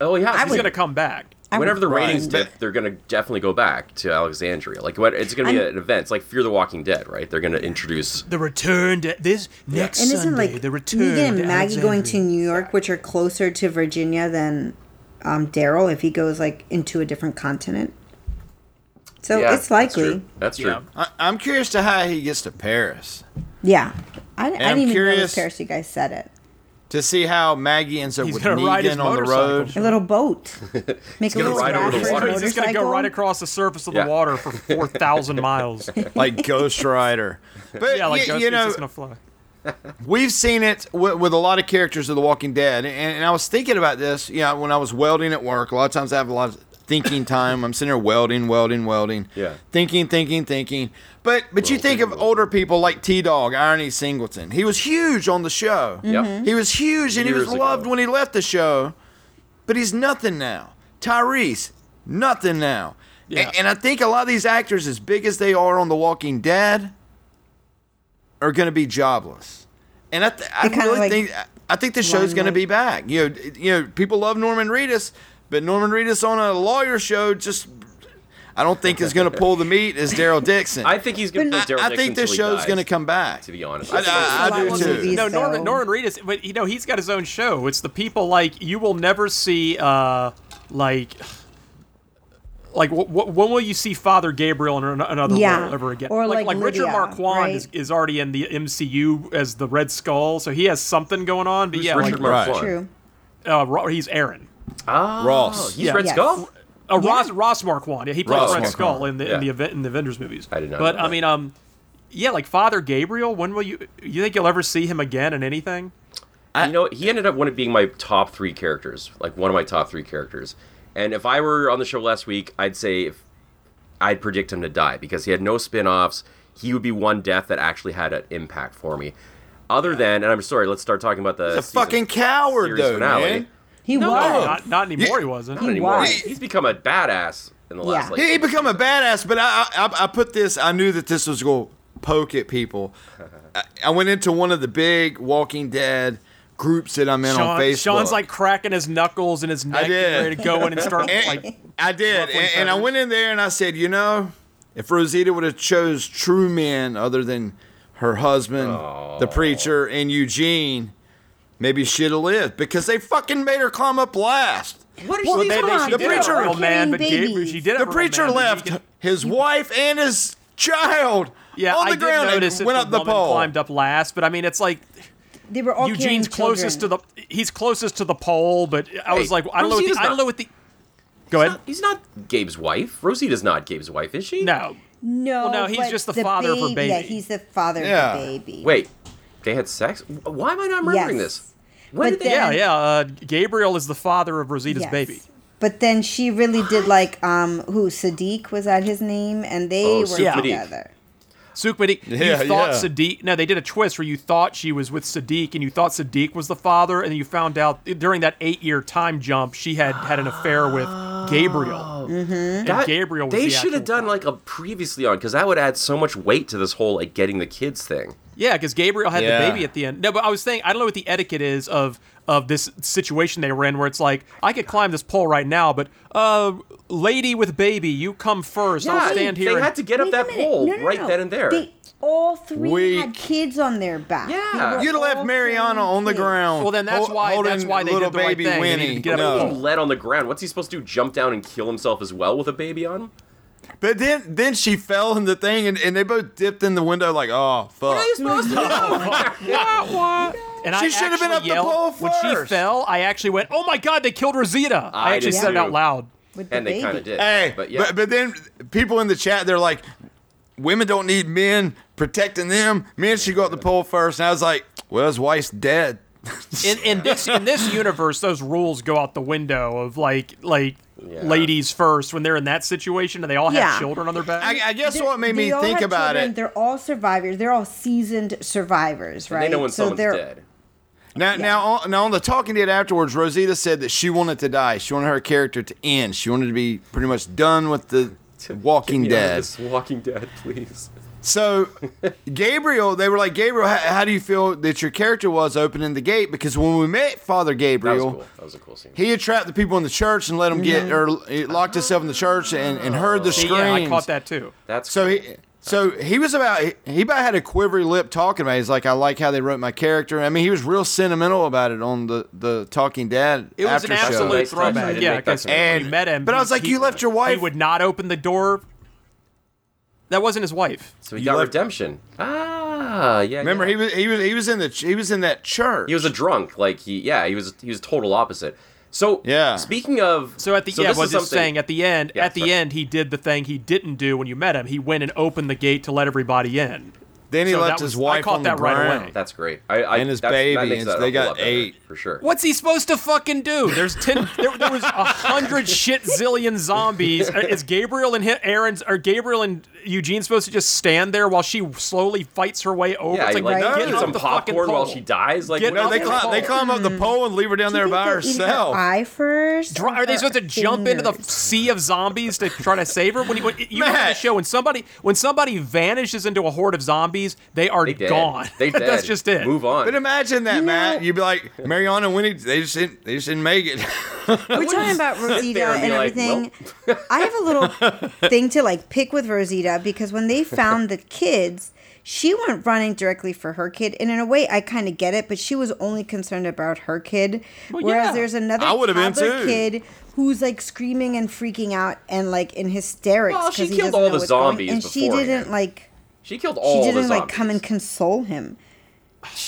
M: Oh yeah,
N: he's gonna come back.
M: Whenever the ratings dip, they're going to definitely go back to Alexandria. Like, what? It's going to be
N: I'm-
M: an event. It's like Fear the Walking Dead, right? They're going to introduce.
N: The return to this next
L: and isn't
N: Sunday.
L: like
N: the return.
L: Negan and
N: to
L: Maggie going to
N: Alexandria.
L: New York, which are closer to Virginia than um, Daryl if he goes like into a different continent. So
K: Yeah,
L: it's likely.
M: That's
K: true. I, I'm curious to how he gets to Paris
L: Yeah, I, I
K: And
L: didn't
K: I'm
L: even know it
K: curious-
L: was Paris. You guys said it.
K: to see how Maggie ends up
N: He's
K: with
N: gonna ride his
K: Negan on the road.
L: A little
K: (laughs)
L: boat. Make a
K: gonna
L: little
K: ride over the
L: Bradford
K: water.
N: He's just gonna go
L: motorcycle.
N: right across the surface of
K: Yeah.
N: the
M: (laughs)
N: water for four thousand miles.
K: like Ghost
N: (laughs)
K: Rider. But
N: yeah, like
K: y-
N: Ghost
K: you
N: Rider's
K: know,
N: just gonna fly.
K: We've seen it with, with a lot of characters of The Walking Dead, and, and I was thinking about this. You know, when I was welding at work, a lot of times I have a lot of thinking time. I'm sitting there welding, welding, welding.
M: Yeah.
K: Thinking, thinking, thinking. But but you think of older people like T Dog, Irony Singleton. He was huge on the show.
M: Yep. Mhm.
K: He was huge and he
M: Years
K: was
M: ago.
K: loved when he left the show. But he's nothing now. Tyrese, nothing now. A- And, I think a lot of these actors, as big as they are on The Walking Dead, are going to be jobless. And I, th- I really think I- I think the show's going to be back. You know, d- you know, people love Norman Reedus, but Norman Reedus on a lawyer show just I don't think is going to pull the meat as Daryl Dixon.
M: I think he's going to.
K: I think this show's going to come back.
M: To be honest,
K: I- I- I do too.
N: No, Norman Norman Reedus, but you know he's got his own show. It's the people like you will never see, uh, like, like wh- wh- when will you see Father Gabriel in an- another
L: Yeah.
N: role ever again?
L: Or
N: like,
L: like
N: Richard
L: Lydia,
N: Marquand
L: right?
N: is, is already in the MCU as the Red Skull, so he has something going on. But
M: Who's
N: yeah,
M: Richard
N: like,
M: Marquand? True.
N: Uh, Ro- he's Aaron.
M: Ah, Ross. he's Red Yes. Skull?
N: Uh, Ross Ross Marquand. Yeah, he plays
M: Ross
N: Red
M: Marquand.
N: Skull in the
M: Yeah.
N: in the event in the Avengers movies. I did
M: not
N: But
M: know
N: I
M: that.
N: mean, um, yeah, like Father Gabriel. When will you? You think you'll ever see him again in anything?
M: you know, he ended up one of being my top three characters, like one of my top three characters. And if I were on the show last week, I'd say if I'd predict him to die because he had no spin-offs. He would be one death that actually had an impact for me. Other than, and I'm sorry, let's start talking about the
K: He's a
M: season
K: fucking coward
M: series
K: though,
M: finale.
K: man.
L: He
N: No,
K: was.
N: not, not anymore. He wasn't.
M: Not anymore. He's become a badass in the last. Like,
K: he, he become a badass, but I, I I put this. I knew that this was going to poke at
M: (laughs)
K: people. I, I went into one of the big Walking Dead groups that I'm in
N: Sean-
K: on Facebook.
N: Sean's like cracking his knuckles and his neck,
K: I did.
N: getting ready to go in and start
K: And-
N: like.
K: I did,
N: ruffling
K: and, and I
N: feathers.
K: went in there and I said, you know, if Rosita would have chose true men other than her husband, the preacher, and Eugene, maybe she'd have lived because they fucking made her climb up last.
L: What
N: Well, they- they- she
K: the
N: did have
K: preacher,
N: a real man, but Gabe- she did have
K: the
N: a real
K: preacher
N: man, but
K: left his wife and his child
N: Yeah,
K: on the
N: I
K: ground
N: did notice
K: and went
N: that
K: up
N: the,
K: the
N: woman
K: pole.
N: climbed up last, but I mean, it's like
L: They were all
N: Eugene's
L: carrying
N: closest to
L: children.
N: the he's closest to the pole, but I was
M: Hey,
N: like, I don't know. What the,
M: Rosita's
N: I don't
M: not-
N: know what the. Go ahead.
M: he's not Gabe's wife. Rosita's not Gabe's wife, is she?
N: No.
L: No,
N: Well, no, he's
L: but
N: just the father of her
L: Yeah,
M: baby.
L: he's the father
M: Yeah.
L: of the baby.
M: Wait, they had sex? Why am I not remembering
L: Yes.
M: this?
L: When But did they-
N: yeah,
L: then-
N: yeah. Uh, Gabriel is the father of Rosita's
L: Yes.
N: baby.
L: But then she really did like um who Sadiq was that his name and they
N: Oh,
L: were
N: Sadiq.
L: together.
N: Sukmadi,
K: Yeah,
N: you thought
K: yeah.
N: Sadiq. No, they did a twist where you thought she was with Sadiq, and you thought Sadiq was the father, and you found out during that eight-year time jump she had had an affair with Gabriel. And
M: That-
N: Gabriel was
M: They
N: the
M: should have done like a previously on because that would add so much weight to this whole like getting the kids thing.
N: Yeah, because Gabriel had
M: Yeah.
N: the baby at the end. No, but I was saying I don't know what the etiquette is of of this situation they were in, where it's like I could climb this pole right now, but uh, lady with baby, you come first. I'll stand here.
M: They
N: and-
M: had to get up that pole
L: No, no,
M: right
L: no.
M: then and there.
L: They all three
M: Weak.
L: had kids on their back.
M: Yeah.
L: They were
K: You'd have left
L: all
K: Mariana on the
L: carrying
K: ground.
N: Well, then that's
K: hol-
N: why- that's
K: holding
N: why they did
K: little
N: the right
K: baby
N: thing. They needed to
K: Winnie.
N: get up
K: No.
N: the
M: He led on the ground. What's he supposed to do? Jump down and kill himself as well with a baby on him?
K: But then then she fell in the thing and, and they both dipped in the window like, oh fuck.
N: And
K: She
N: I
K: should have been
N: actually
K: up the
N: yelled-
K: pole
N: When she
K: first.
N: fell, I actually went, "Oh my god, they killed Rosita!" I,
K: I
N: actually
K: did
N: said it out
K: too.
N: loud.
L: With
M: And the they baby. kinda did.
K: Hey,
M: But
K: but,
M: yeah.
K: but then people in the chat they're like, women don't need men protecting them. Men should go up the pole first. And I was like, well, his wife's dead.
N: in, in this in this universe, those rules go out the window of like like ladies first when they're in that situation and they all have
L: Yeah.
N: children on their back.
K: I guess
L: They-
K: what made me
L: they all
K: think
L: had
K: about
L: children.
K: it-
L: They're all survivors. They're all seasoned survivors, right? they're-
K: Now, now, on, now on the talking date afterwards, Rosita said that she wanted to die. She wanted her character to end. She wanted to be pretty much done with the Walking
M: Get me out of
K: Dead.
M: this Walking Dead, please. (laughs)
K: So, Gabriel, they were like, Gabriel, how, how do you feel that your character was opening the gate? Because when we met Father
M: That was
K: Gabriel,
M: cool. That was a cool scene.
K: he had trapped the people in the church and let them get or he locked himself in the church and, and heard the
N: See,
K: screams.
N: yeah, I caught that too.
M: That's
K: so he. So he was about he- he about had a quivery lip talking about. It. He's like, I like how they wrote my character. I mean, he was real sentimental about it on the the Talking Dad.
N: It was
K: after
N: an
K: show.
N: absolute throwback. Yeah, because when
K: and
N: you met him,
K: but I was like, you left your wife.
N: He would not open the door. That wasn't his wife.
M: So he got redemption. Ah, yeah.
K: Remember, he was he was he was in the he was in that church.
M: He was a drunk. Like he, yeah, he was he was total opposite. So yeah. Speaking of,
N: So at the yeah,
M: this
N: was
M: is
N: just
M: something-
N: saying at the end,
M: Yeah,
N: at the
M: sorry.
N: end, he did the thing he didn't do when you met him. He went and opened the gate to let everybody in.
K: Then he
N: So
K: left
N: that was-
K: his
N: I
K: wife
N: caught
K: on
N: that
K: the
N: right
K: ground.
N: away.
M: That's great. I, I,
K: And his
M: that's- that
K: baby,
M: makes
K: and
M: that a
K: they
M: whole
K: got
M: lot better,
K: eight.
M: for sure.
N: What's he supposed to fucking do? There's ten. There, there was a
K: (laughs)
N: hundred shit zillion zombies. Uh, Is Gabriel and hi- Aaron's are Gabriel and Eugene supposed to just stand there while she slowly fights her way over?
M: Yeah,
N: it's
M: you,
N: like,
M: like,
N: get
M: eat
N: up
M: some
N: the fucking
M: popcorn while
N: pole.
M: she dies. Like,
N: Get
M: what
N: up
M: the
K: they climb,
M: fuck?
K: they climb up the pole and leave her down there by herself.
L: Eye first.
N: Dr- Are they supposed to jump into the sea of zombies to try to save her? When you, when, you know the show when somebody when somebody vanishes into a horde of zombies, they are
M: They dead.
N: gone.
M: They dead.
N: (laughs) That's just it.
M: Move on.
K: But imagine that, Matt. You'd be like, Mariana and Winnie, they just didn't, they just didn't make it.
L: We're talking about
K: sit
L: Rosita
K: there
L: and,
K: and be like,
L: everything. I have a little thing to like pick with Rosita because when they found the kids, she went running directly for her kid, and in a way, I kind of get it, but she was only concerned about her kid.
K: Well,
L: Whereas
K: yeah.
L: there's another
K: I would've been
L: toddler
K: too.
L: kid who's like screaming and freaking out and like in hysterics.
M: Well, she
L: 'cause he
M: killed
L: doesn't
M: all
L: know
M: the
L: what's going-
M: zombies
L: and she
M: beforehand.
L: didn't like.
M: She killed
L: She
M: all the
L: didn't like
M: zombies.
L: come and console him.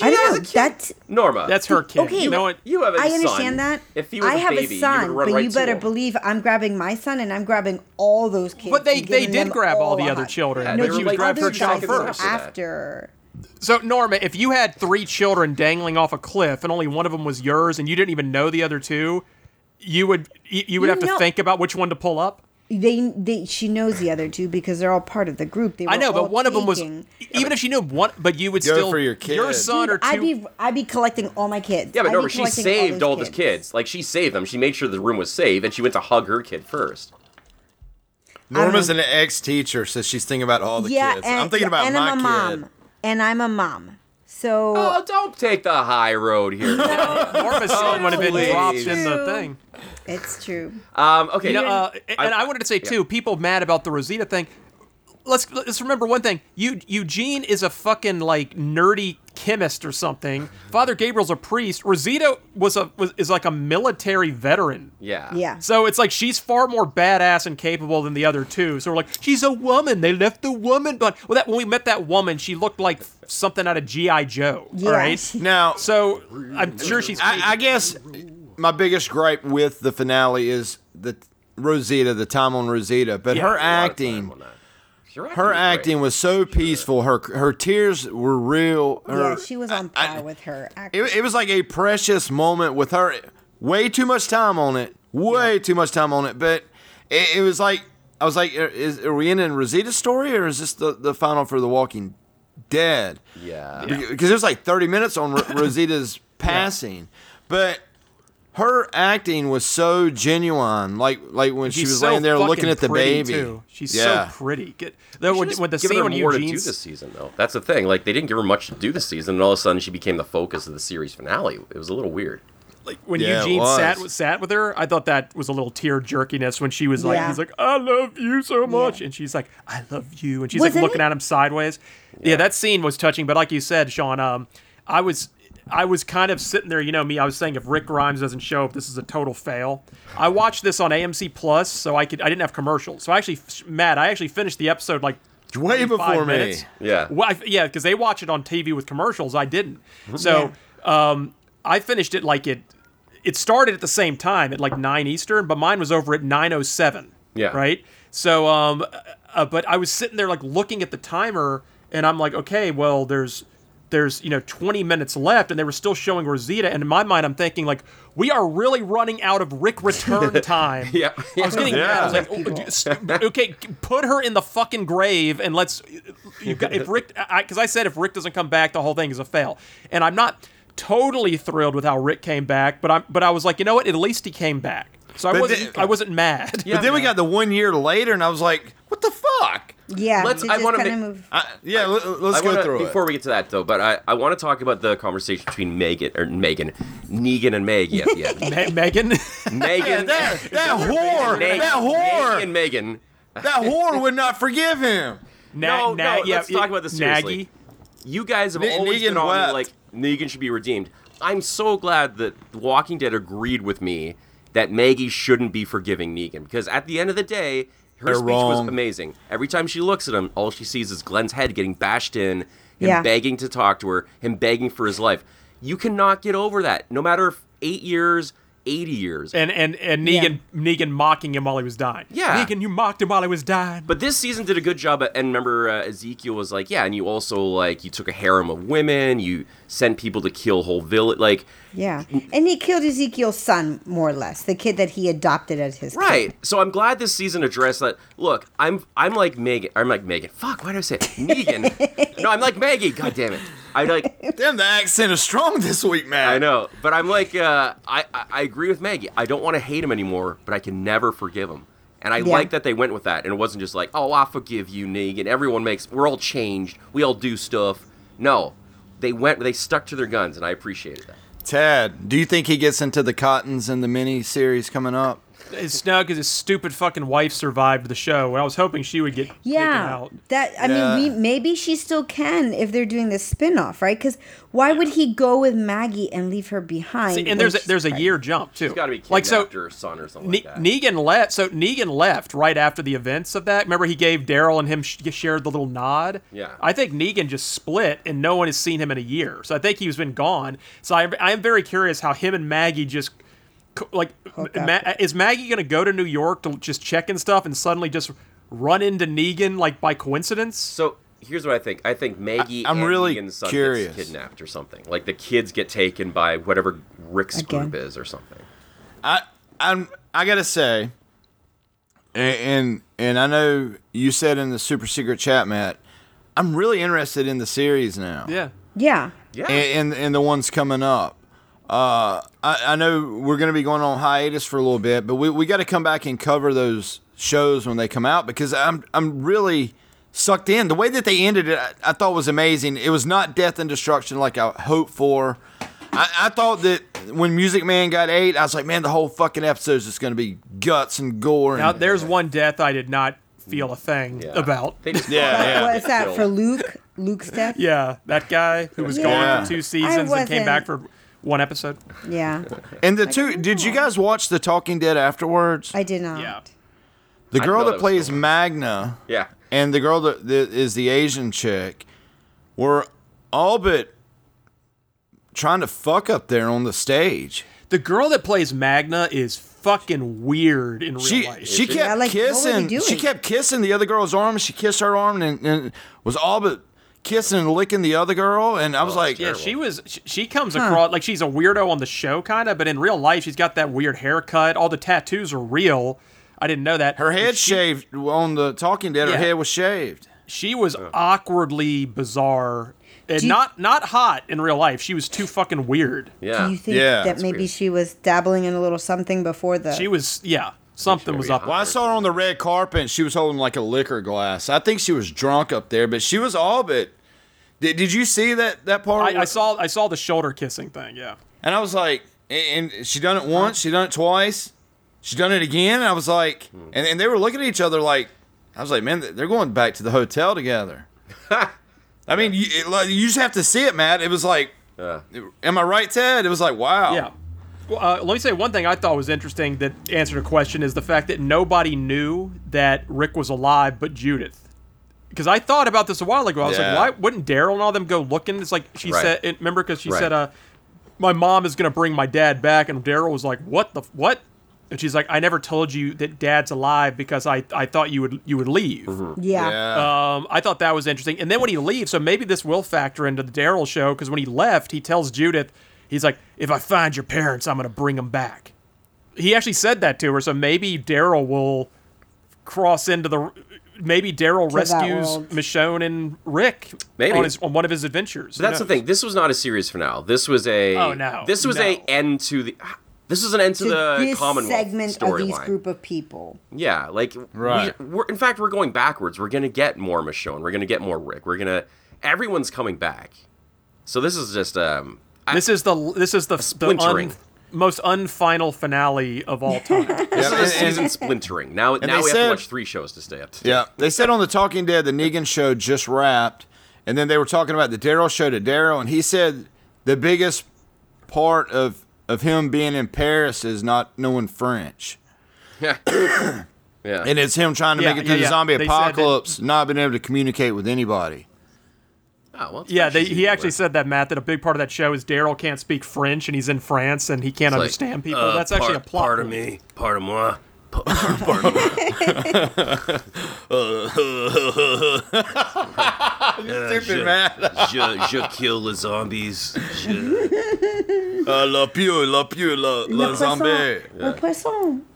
L: I don't know. That's
M: Norma.
N: That's her kid.
L: Okay,
N: you know what?
M: You have a
L: I
M: son.
L: understand that.
M: If he was
L: I
M: a
L: have
M: baby,
L: a
M: you
L: son,
M: would run
L: but
M: right
L: you
M: to
L: better
M: him.
L: believe I'm grabbing my son and I'm grabbing all those kids.
N: But they
L: and
N: they
L: giving
N: did
L: them
N: grab all the
L: a
N: other
L: hug.
N: children.
M: Yeah,
N: but
M: they were
N: she
M: like
N: grabbed her
M: other
N: child
M: guys
N: first.
L: after.
N: So Norma, if you had three children dangling off a cliff and only one of them was yours, and you didn't even know the other two, you would you, you would
L: You
N: have to
L: know-
N: think about which one to pull up.
L: They, they, she knows the other two because they're all part of the group. They were
N: I know,
L: all
N: but one of them was e-,
L: taking-
N: even if she knew one, but you would
K: Go
N: still
K: for your kid.
N: son
L: Dude,
N: or two.
L: I'd be, I'd be collecting all my kids.
M: Yeah, but
L: I'd
M: Norma,
L: be
M: she
L: collecting
M: saved
L: all,
M: all
L: those
M: those kids. Like, she saved them. She made sure the room was safe, and she went to hug her kid first.
K: Norma's an ex teacher, so she's thinking about all the
L: yeah,
K: kids.
L: and,
K: I'm thinking about
L: and
K: my
L: I'm a
K: kid.
L: mom, and I'm a mom. So
M: Oh, don't take the high
K: (laughs)
M: road here.
N: Norma's son would have been
M: please.
N: dropped in the thing.
L: it's true.
M: Um, okay.
N: You know, uh, and I wanted to say
M: yeah.
N: too, people mad about the Rosita thing. Let's let's remember one thing. Eu- Eugene is a fucking like nerdy chemist or something. Father Gabriel's a priest. Rosita was a was, is like a military veteran.
M: Yeah.
L: Yeah.
N: So it's like she's far more badass and capable than the other two. So we're like, she's a woman. They left the woman, but well, that when we met that woman, she looked like something out of GI Joe.
L: Yeah.
N: All right.
K: Now,
N: So I'm sure she's.
K: I, I guess my biggest gripe with the finale is the Rosita, the time on Rosita, but
M: Yeah, a lot
K: her
M: of
K: acting,
M: You're right,
K: her
M: you're right.
K: acting was so peaceful. Her her tears were real. Her,
L: yeah, she was on par with her. Act-
K: it, it was like a precious moment with her. Way too much time on it. Way too much time on it. But it, it was like I was like, "Er, is are we in in Rosita's story or is this the, the final for The Walking Dead?
M: Yeah.
K: because it was like 30 minutes on
N: (laughs)
K: Ro- Rosita's passing, but her acting was so genuine. Like like when she
N: She's
K: was
N: so
K: laying there
N: fucking
K: looking at the
N: pretty,
K: baby.
N: too. She's
K: yeah.
N: so pretty. Get, though, when,
M: Just
N: when the
M: given
N: scene
M: her
N: when
M: more to do
N: Eugene's
M: this season, though. That's the thing. Like, they didn't give her much to do this season, and all of a sudden, she became the focus of the series finale. It was a little weird.
N: when
K: Yeah, it
N: Eugene
K: was.
N: sat sat with her, I thought that was a little tear jerkiness when she was like,
L: Yeah.
N: he's like, I love you so much, and she's like, I love you, and she's like
L: Wasn't
N: looking
L: it-
N: at him sideways. Yeah. that scene was touching. But like you said, Sean, um, I was. I was kind of sitting there, you know me. I was saying if Rick Grimes doesn't show up, this is a total fail. I watched this on AMC Plus, so I could I didn't have commercials. So I actually, Matt, I actually finished the episode like
K: Way
N: 35
K: before me.
N: minutes. (laughs)
M: Yeah.
N: Well, I, yeah, because they watch it on TV with commercials. I didn't.
M: Mm-hmm.
N: So um, I finished it like it. It started at the same time at like nine Eastern, but mine was over at nine oh seven.
M: Yeah.
N: Right. So um, uh, but I was sitting there like looking at the timer, and I'm like, okay, well, there's there's you know 20 minutes left and they were still showing rosita and in my mind i'm thinking like we are really running out of rick
M: (laughs)
N: return time
M: Yeah.
N: I was getting mad. I was like, oh, d- st- okay, c- put her in the fucking grave and let's. You got, if Rick, because I, 'cause I said if Rick doesn't come back, the whole thing is a fail. And I'm not totally thrilled with how Rick came back, but I'm. But I was like, you know what? At least he came back, so I
K: But
N: wasn't.
K: the-
N: I wasn't
M: (laughs)
N: mad.
K: but then we got the one year later, and I was like, what the fuck?
L: yeah,
M: let's-
L: to
M: I
L: just
M: wanna
L: kinda
M: make-
L: move.
K: I, yeah, let, us
M: I
K: go
M: wanna-
K: through it.
M: before we get to that though. But I, I want to talk about the conversation between Megan or Megan, Negan and Meg. Yeah, yeah.
N: (laughs) Me- Megan.
M: Megan,
K: that,
M: (laughs)
K: that whore,
M: Meg-
K: that whore,
M: Negan and Megan.
K: that whore would not forgive
M: (laughs)
K: him.
M: no,
N: Na-
M: no,
N: yeah,
M: let's talk about this seriously.
N: Nagy.
M: You guys have
K: Ne-
M: always
K: Negan
M: been on
K: wept.
M: me like Negan should be redeemed. I'm so glad that The Walking Dead agreed with me that Maggie shouldn't be forgiving Negan because at the end of the day, her
K: They're
M: speech
K: wrong.
M: was amazing. Every time she looks at him, all she sees is Glenn's head getting bashed in, him
L: Yeah.
M: begging to talk to her, him begging for his life. You cannot get over that. No matter if eight years, 80 years.
N: And and and Negan Negan mocking him while he was dying.
M: Yeah.
N: Negan, you mocked him while he was dying.
M: But this season did a good job. at- And remember, uh, Ezekiel was like, yeah, and you also like you took a harem of women, you sent people to kill whole village, like
L: Yeah. And he killed Ezekiel's son, more or less, the kid that he adopted as his
M: right.
L: kid.
M: So I'm glad this season addressed that. Look, I'm I'm like Megan. I'm like Megan. Fuck, why did I say it? Negan? no, I'm like Maggie. God damn it. I like.
K: Damn, the accent is strong this week, man.
M: I know, but I'm like, uh, I, I I agree with Maggie. I don't want to hate him anymore, but I can never forgive him. And I
L: Yeah.
M: like that they went with that, and it wasn't just like, oh, I forgive you, Negan. Everyone makes, we're all changed, we all do stuff. No, they went, they stuck to their guns, and I appreciated that.
K: Tad, do you think he gets into the Cottons in the mini series coming up?
N: It's now because his stupid fucking wife survived the show, and I was hoping she would get taken
L: Yeah.
N: out.
L: That I
N: Yeah.
L: mean, we, maybe she still can if they're doing this spin-off, right? Cuz why would he go with Maggie and leave her behind?
N: See,
L: when
N: and there's
L: she's
N: a, there's a
L: pregnant?
N: year jump too.
M: He's got to be kidnapped
N: Like, so-
M: or son or something
N: Ne-
M: like that.
N: Negan left. So Negan left right after the events of that. Remember, he gave Daryl and him sh- shared the little nod.
M: Yeah.
N: I think Negan just split, and no one has seen him in a year. So I think he's been gone. So I, I am very curious how him and Maggie just co- like Ma- is Maggie going to go to New York to just check and stuff, and suddenly just run into Negan like by coincidence?
M: So here's what I think. I think Maggie.
N: I- I'm
M: and
N: really
M: Negan's son
N: curious.
M: Gets kidnapped or something. Like the kids get taken by whatever Rick's
K: Again.
M: group is or something.
K: I I'm I gotta say, and, and and I know you said in the super secret chat, Matt, I'm really interested in the series now.
N: Yeah.
L: Yeah.
M: Yeah.
K: And, and and the ones coming up. Uh, I, I know we're going to be going on hiatus for a little bit, but we, we got to come back and cover those shows when they come out because I'm I'm really sucked in. The way that they ended it, I, I thought was amazing. It was not death and destruction like I hoped for. I, I thought that when Music Man got eight, I was like, man, the whole fucking episode is just going to be guts and gore.
N: Now
K: And,
N: there's one death I did not feel a thing about.
K: yeah, yeah.
L: What's that for Luke?
N: (laughs)
L: Luke's death?
N: Yeah, that guy who was
L: Yeah.
N: gone for
L: I
N: two seasons and came
L: wasn't-
N: back for one episode.
L: Yeah.
K: And the two, did you guys watch The Talking Dead afterwards?
L: I did not.
K: The
L: I know
K: girl that,
L: that was
K: plays Magna,
M: Yeah.
K: and the girl that, that is the Asian chick, were all but trying to fuck up there on the stage.
N: The girl that plays Magna is fucking weird in real
K: She
N: life.
K: she kept kissing. She kept kissing the other girl's arm. She kissed her arm and, and was all but kissing and licking the other girl. And I was like,
N: yeah, she was. She, she comes
K: Huh.
N: across like she's a weirdo on the show, kind of, but in real life, she's got that weird haircut. All the tattoos are real. I didn't know that.
K: her head shaved on the Talking Dead.
N: Yeah.
K: Her head was shaved.
N: She was awkwardly bizarre, and
L: Do you-
N: not not hot in real life. She was too fucking weird.
M: Yeah,
L: Do you think that maybe she was dabbling in a little something before the
N: she was? Yeah, something was up.
K: Well, I saw her on the red carpet. and She was holding like a liquor glass. I think she was drunk up there, but she was all but. Did, did you see that that part?
N: I, I saw I saw the shoulder kissing thing. Yeah.
K: And I was like, and and she done it once, she done it twice, she done it again. And I was like, and, and they were looking at each other like, I was like, man, they're going back to the hotel (laughs) together. I mean, you, it, like, you just have to see it, Matt. It was like, am I right, Ted? It was like, wow.
N: Yeah. Well, uh, let me say one thing I thought was interesting that answered a question is the fact that nobody knew that Rick was alive but Judith. Because I thought about this a while ago. I was
K: Yeah.
N: like, why wouldn't Daryl and all them go looking? It's like she
K: Right.
N: said, it, remember, because she
K: Right.
N: said, uh, my mom is going to bring my dad back. And Daryl was like, what the, f- what? And she's like, I never told you that dad's alive because I, I thought you would you would leave.
M: Mm-hmm.
L: Yeah.
N: Um, I thought that was interesting. And then when he leaves, so maybe this will factor into the Daryl show because when he left, he tells Judith, he's like, if I find your parents, I'm going to bring them back. He actually said that to her. So maybe Daryl will cross into the. Maybe Daryl
M: To that
N: rescues
M: world.
N: Michonne and Rick
M: Maybe.
N: On, his, on one of his adventures.
M: But that's
N: Who
M: the thing. This was not a series finale. This was a.
N: Oh, no.
M: This was
N: No.
M: a end to the. This was an end to,
L: to
M: the
L: this
M: Commonwealth
L: segment of these
M: storyline.
L: group of people?
M: Yeah, like
L: Right.
M: We, are in fact, we're going backwards. We're gonna get more Michonne. We're gonna get more Rick. We're gonna. Everyone's coming back. So this is just um. I-
N: This is the this is the, the
M: splintering.
N: un- most unfinal finale of all time.
M: This
K: (laughs) Yeah,
M: is a
K: and-
M: season
K: and-
M: (laughs) splintering. Now,
K: and they
M: now we have
K: said-
M: to watch three shows to stay up. To
K: Yeah. They said on The Talking Dead, the Negan show just wrapped. And then they were talking about the Daryl show to Daryl. And he said the biggest part of, of him being in Paris is not knowing French.
M: Yeah. (coughs) yeah.
K: And it's him trying to
M: Yeah,
K: make it
M: yeah,
K: through the
M: yeah.
K: zombie
M: They said that-
K: apocalypse, not being able to communicate with anybody.
M: Oh, well, it's
N: yeah,
M: French
N: they,
M: is
N: he
M: easier to
N: actually
M: learn.
N: said that Matt that a big part of that show is Daryl can't speak French and he's in France and he can't
M: It's like,
N: understand people.
M: uh,
N: That's actually
M: part-
N: a plot.
M: Part of
N: point.
M: me, part
N: (laughs)
M: of moi, pa- part of moi.
N: Uh,
K: You stupid
M: je,
K: man.
M: (laughs) je, je kill the zombies. Je... Uh, la pure, la pure, la,
L: Le poisson. Le poisson.
N: (laughs)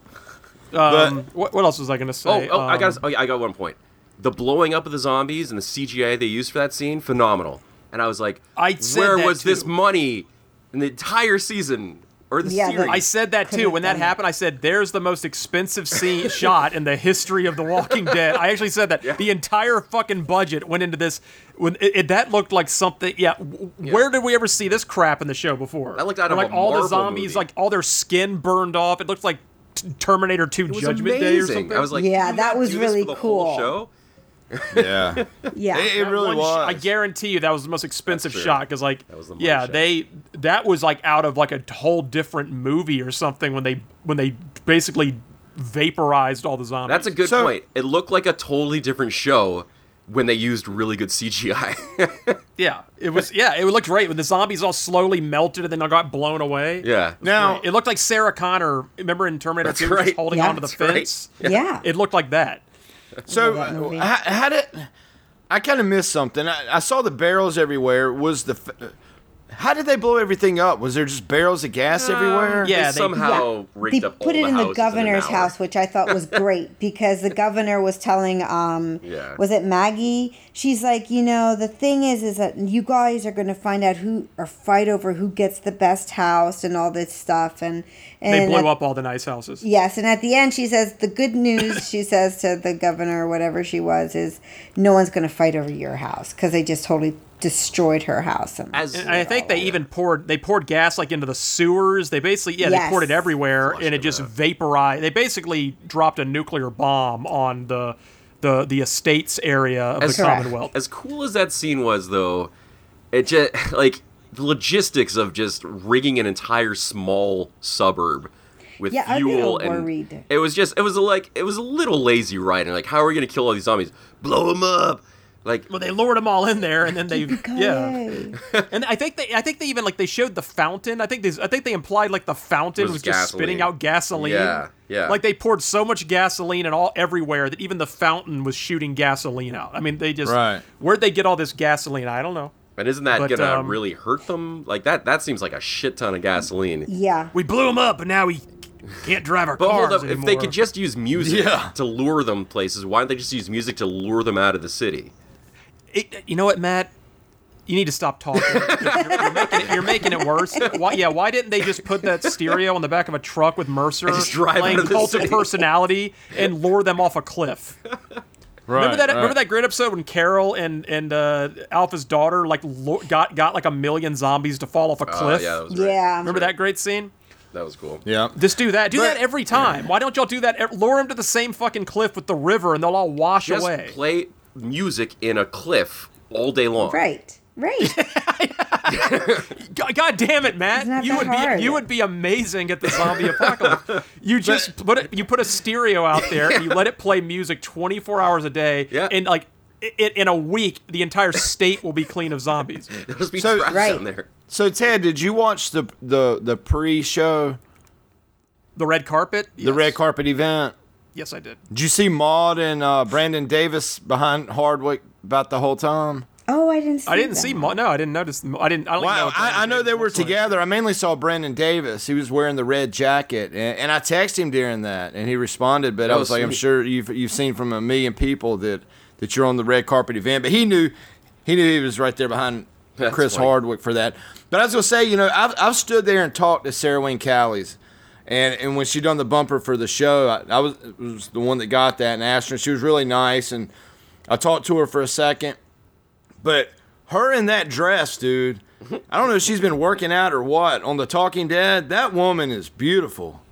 N: Um, what, what else was I going to
M: Oh,
L: uh,
N: say?
M: oh I
N: Um,
M: got, oh, yeah, I got one point. The blowing up of the zombies and the CGI they used for that scene, phenomenal. And I was like,
N: I said
M: where
N: that
M: was this
N: too.
M: money in the entire season or the series?
N: I said that too. When that happened, I said, "There's the most expensive scene shot in the history of The Walking Dead." I actually said that the entire fucking budget went into this. When it, it- that looked like something, yeah, w- Where did we ever see this crap in the show before? That looked
M: out of
N: like
M: a
N: all the
M: Marvel
N: zombies,
M: movie.
N: like all their skin burned off. It looked like t- Terminator Two
M: was
N: Judgment Day or
M: amazing.
N: something.
M: I was like,
L: yeah, that was really cool.
M: show?
K: Yeah.
L: Yeah,
K: It- it
N: That
K: really
N: one sh- I
K: was.
N: guarantee you that was the most expensive
K: true.
N: shot because like
K: That was the money
N: yeah
K: shot.
N: they that was like out of like a whole different movie or something when they when they basically vaporized all the zombies.
M: That's a good point. It looked like a totally different show when they used really good (laughs) CGI.
N: Yeah, it was yeah it looked great when the zombies all slowly melted and then all got blown away.
M: Yeah.
N: now it looked like Sarah Connor. Remember in Terminator
K: That's
N: 2 was
K: right.
N: holding
K: Yeah,
N: onto the
K: that's right.
N: fence.
K: Yeah. Yeah.
N: it looked like that.
K: So uh, how, how did I kind of missed something? I, I saw the barrels everywhere. Was the f- how did they blow everything up? Was there just barrels of
N: Uh,
K: gas everywhere?
M: yeah, They they- somehow rigged
L: they put it in the governor's house, which I
N: (laughs)
L: thought was great because the governor was telling, um,
K: Yeah.
L: was it Maggie? She's like, you know, the thing is, is that you guys are going to find out who or fight over who gets the best house and all this stuff, and and
N: they
L: at-
N: blew up all the nice houses.
L: Yes, and at the end, she says the good news. she says to the governor, or whatever she was, is no one's going to fight over your house because they just totally destroyed her house. And
N: and I think they even poured they poured gas like into the sewers. They basically yeah they poured it
L: Yes.
N: everywhere and it just vaporized. They basically dropped a nuclear bomb on the the the estates area of the Commonwealth.
M: As cool as that scene was, though, it just (laughs) like the logistics of just rigging an entire small suburb with
L: Yeah, I'd be a
M: fuel
L: little
M: and
L: worried.
M: it was just it was a, like it was a little lazy writing. Like, how are we gonna kill all these zombies? Blow them up. Like,
N: well, they lured them all in there, and then they yeah. and I think they I think they even like they showed the fountain. I think they I think they implied like the fountain
M: Was
N: was, just spitting
M: gasoline.
N: out gasoline.
M: Yeah, yeah.
N: Like they poured so much gasoline and all everywhere that even the fountain was shooting gasoline out. I mean, they just
M: Right.
N: where'd they get all this gasoline? I don't know.
M: And isn't that
N: But,
M: gonna
N: um,
M: really hurt them? Like that that seems like a shit ton of gasoline.
L: Yeah.
N: We blew him up, and now we can't drive our
M: But
N: cars
M: hold up,
N: anymore.
M: if they could just use music
N: Yeah.
M: to lure them places, why don't they just use music to lure them out of the city?
N: It- you know what, Matt? You need to stop talking. (laughs) You're, you're making it, you're making it worse. Why, yeah, why didn't they just put that stereo on the back of a truck with Mercer
M: just drive
N: playing
M: out of the
N: Cult
M: city.
N: of Personality and lure them off a cliff? remember that? Remember that great episode when Carol and and uh, Alpha's daughter like lo- got got like a million zombies to fall off a
M: Uh,
N: cliff.
M: yeah, that was
L: great. Yeah.
N: Remember that great scene?
M: That was cool.
K: Yeah.
N: Just do that. Do that every time. Why don't y'all do that? ev- Lure them to the same fucking cliff with the river, and they'll all wash
M: Just
N: away.
M: play music in a cliff all day long.
L: Right.
N: (laughs)
L: Right.
N: God, God damn it, Matt! You would be you would be amazing at the zombie apocalypse.
M: (laughs)
N: You just put it, you put a stereo out there, and you let it play music 24 hours a day, and like it, in a week, the entire state will be clean of zombies.
M: There's be
K: So- trash down there. So Ted, did you watch the the the pre-show,
N: the red carpet,
K: the red carpet event?
N: Yes, I did.
K: Did you see Maud and uh, Brandon Davis behind Hardwick about the whole time?
L: Oh, I didn't. see
N: I didn't
L: that.
N: see. Mo- no, I didn't notice. Mo- I didn't. I don't even know.
K: Well,
N: if
K: I, I know they were together. I mainly saw Brandon Davis. He was wearing the red jacket, and, and I texted him during that, and he responded. But
M: That
K: I
M: was
K: was like, I'm
M: sweet.
K: sure you've you've seen from a million people that that you're on the red carpet event. But he knew he knew he was right there behind
M: That's
K: Chris
M: funny.
K: Hardwick for that. But I was gonna say, you know, I've I've stood there and talked to Sarah Wayne Callies. And, and when she done the bumper for the show, I, I was, was the one that got that and asked her. She was really nice, and I talked to her for a second, but her in that dress, dude.
M: Mm-hmm.
K: I don't know if she's been working out or what. On the Talking Dead, that woman is beautiful.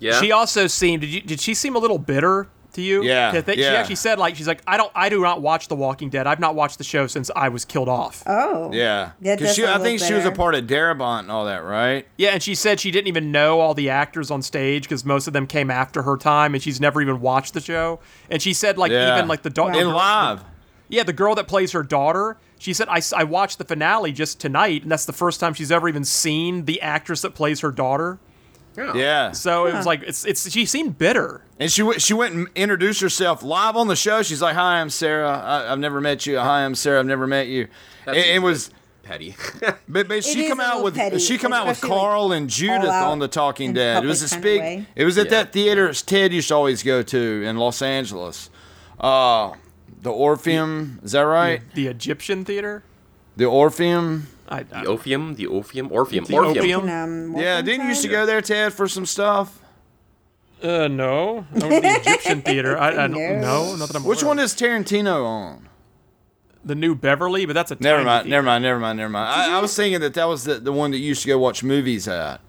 M: Yeah.
N: She also seemed. Did you? Did she seem a little bitter to you?
K: Yeah,
N: I think She
K: yeah.
N: actually said like she's like I don't. I do not watch The Walking Dead. I've not watched the show since I was killed off.
L: Oh.
K: Yeah,
N: That
K: because
N: does
K: she, I
N: sound a
K: think
N: little
K: she was a
N: bitter.
K: part of Darabont and all that, right?
N: Yeah, and she said she didn't even know all the actors on stage because most of them came after her time, and she's never even watched the show. And she said like
K: Yeah.
N: even like the daughter
K: in live.
N: Yeah, the girl that plays her daughter. She said, I, s- I watched the finale just tonight, and that's the first time she's ever even seen the actress that plays her daughter.
K: Yeah.
N: So it was like it's it's she seemed bitter.
K: And she went, she went and introduced herself live on the show. She's like, "Hi, I'm Sarah. I, I've never met you. Hi, I'm Sarah. I've never met you." It,
M: a
K: it was
M: Petty.
K: (laughs) But, but
M: is
K: she come
M: a
K: out
M: little
K: with
M: petty,
K: she come out with
M: especially, like,
K: Carl and Judith
M: all out
K: on the Talking
M: in
K: Dead. It was
M: public
K: this
M: kinda
K: big.
M: way.
K: It was at
M: Yeah.
K: that theater Ted used to always go to in Los Angeles. Uh, the Orpheum. Is that right?
N: The Egyptian theater.
K: The Orpheum.
M: the Ophium, the Ophium, Orpheum,
K: The
M: Orpheum.
K: Ophium? yeah, didn't you used to go there, Ted, for some stuff?
N: Uh, no, I went to
L: (laughs)
N: the Egyptian theater. I, I don't no, not that I'm.
K: Which one is Tarantino on?
N: The New Beverly, but that's a
K: Never
N: tiny
K: mind,
N: theater.
K: never mind, never mind, never mind. I, I was thinking that that was the, the one that you used to go watch movies at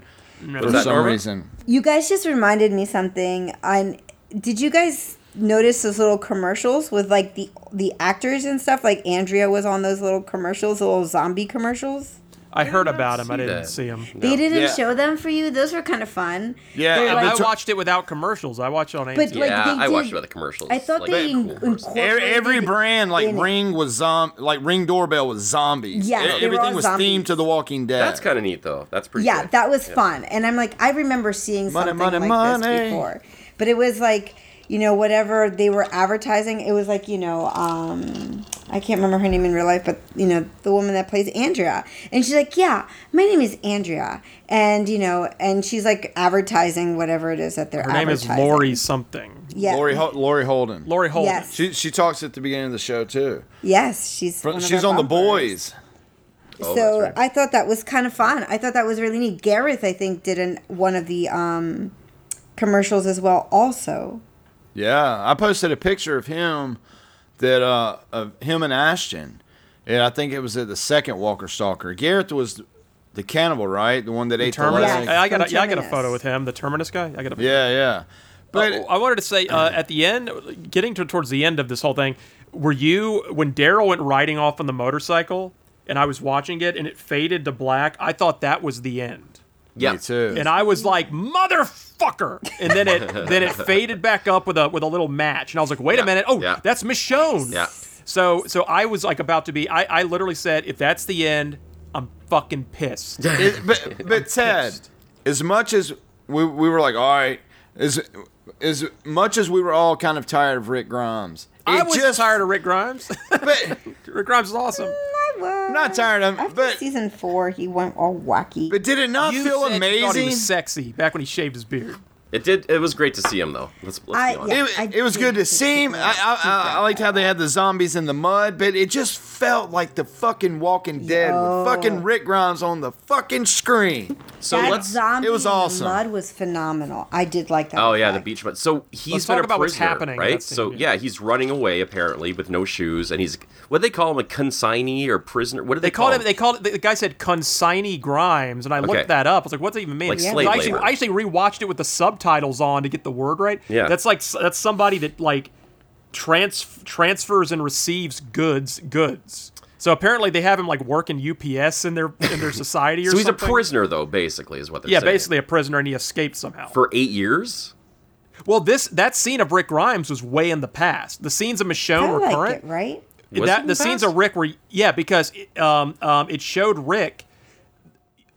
N: No.
K: for
N: Was that
K: some
N: Norma?
K: reason.
L: You guys just reminded me something. On did you guys notice those little commercials with like the the actors and stuff? Like Andrea was on those little commercials, the little zombie commercials.
N: I heard about him. I
M: see
N: didn't
M: that.
N: see him.
L: They didn't show them for you. Those were kind of fun. They were
N: I,
L: like-
N: watched it without commercials. I watched it on
L: But,
N: AMC.
L: like, Yeah, they I watched
M: did- about the commercials.
L: I thought they in-
K: Every,
L: incorporated.
K: every brand like
L: in it.
K: Ring was zom- like Ring doorbell was zombies.
L: Yeah,
K: E-
L: they were
K: everything
L: all
K: was
L: zombies.
K: themed to The Walking Dead.
M: That's kind of neat though. That's pretty.
L: yeah,
M: sick.
L: that was
M: Yeah.
L: fun. And I'm like, I remember seeing
M: Money,
L: something
M: money,
L: like
M: money.
L: this before, but it was like, you know, whatever they were advertising, it was like, you know, um, I can't remember her name in real life, but you know, the woman that plays Andrea, and she's like, yeah, my name is Andrea, and you know, and she's like advertising whatever it is that they're
N: Her name is
L: advertising.
N: Lori something.
L: Yeah.
K: Lori, Ho- Lori Holden.
N: Lori
L: Holden. Yes.
K: She she talks at the beginning of the show too.
L: Yes, she's
K: Fr-
L: one of
K: she's
L: our
K: on the
L: bumpers.
K: boys.
L: so
N: Oh,
L: I thought that was kind of fun. I thought that was really neat. Gareth, I think, did an, one of the um, commercials as well, also.
K: Yeah, I posted a picture of him that uh of him and Ashton, and I think it was at the second Walker Stalker. Garrett was the cannibal, right? The one that ate the
N: Terminus.
K: leg.
N: I, I got a, yeah, I got a photo with him, the Terminus guy. I got a
K: Yeah, yeah.
N: But I wanted to say uh, at the end, getting to, towards the end of this whole thing, were you when Daryl went riding off on the motorcycle and I was watching it and it faded to black? I thought that was the end.
K: Yeah, Me too.
N: And I was like, motherfucker! And then
M: (laughs)
N: it then it faded back up with a with a little match, and I was like, wait a minute, oh, that's Michonne. Yeah. So so I was like about to be. I I literally said, if that's the end, I'm fucking pissed. (laughs)
K: It- but but Ted, as much as we, we were like, all right, as as much as we were all kind of tired of Rick Grimes,
N: I
K: it
N: was
K: just
N: tired of
K: (laughs)
N: Rick Grimes. (laughs) Rick Grimes is awesome.
L: I'm
K: not tired of him,
L: After season four, he went all wacky.
K: But did it not feel
N: You said you thought he
K: amazing?
N: was sexy back when he shaved his beard.
M: It did. It was great to see him though. Let's, let's be honest.
K: it, it was good to see him. I, I, I, I liked how they had the zombies in the mud, but it just felt like the fucking Walking Dead
L: Yo.
K: with fucking Rick Grimes on the fucking screen.
L: that
K: It
L: zombie
K: was awesome.
L: mud was phenomenal. I did like that.
M: Oh yeah, the beach. But so he's
N: Let's
M: been
N: talk
M: a
N: about what's
M: prisoner,
N: happening in
M: right?
N: that scene,
M: So yeah. he's running away apparently with no shoes, and he's what do they call him a consignee or prisoner. What do they,
N: They called
M: call
N: him. They called it. The guy said consignee Grimes, and I
M: Okay.
N: looked that up. I was like, "What's that even mean?"
M: Like
N: So
M: slave
N: I, actually,
M: labor.
N: I actually rewatched it with the subtitles on to get the word right.
M: Yeah.
N: that's like s- that's somebody that like trans transfers and receives goods. Goods. So apparently they have him like working UPS in their in their
M: (laughs)
N: society or
M: So he's a
N: something.
M: prisoner though, basically, is what they're
N: Yeah,
M: saying.
N: basically a prisoner, and he escaped somehow.
M: for eight years.
N: Well, this that scene of Rick Grimes was way in the past. The scenes of Michonne
L: I
N: were
L: liked
N: current.
L: it, right?
M: Was it
N: that
M: in
N: the
M: the
N: scenes
M: past?
N: of Rick were yeah because it, um, um, it showed Rick.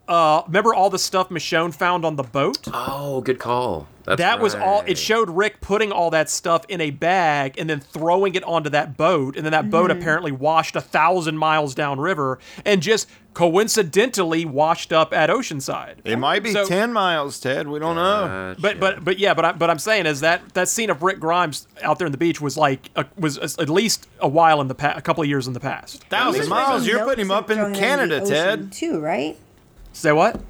N: Uh, remember all the stuff Michonne found on the boat?
M: Oh, good call. That's
N: that was all.
M: right.
N: It showed Rick putting all that stuff in a bag and then throwing it onto that boat, and then that boat
M: Mhm.
N: apparently washed a thousand miles downriver and just coincidentally washed up at Oceanside.
K: It might be
N: So-
K: ten miles, Ted. We don't know.
N: But but but yeah, but I, but I'm saying is that that scene of Rick Grimes out there on the beach was like a, was a, at least a while in the past, a couple of years in the past.
K: Thousand miles. You're putting him up in Canada, Ted.
L: Too right.
N: Say what?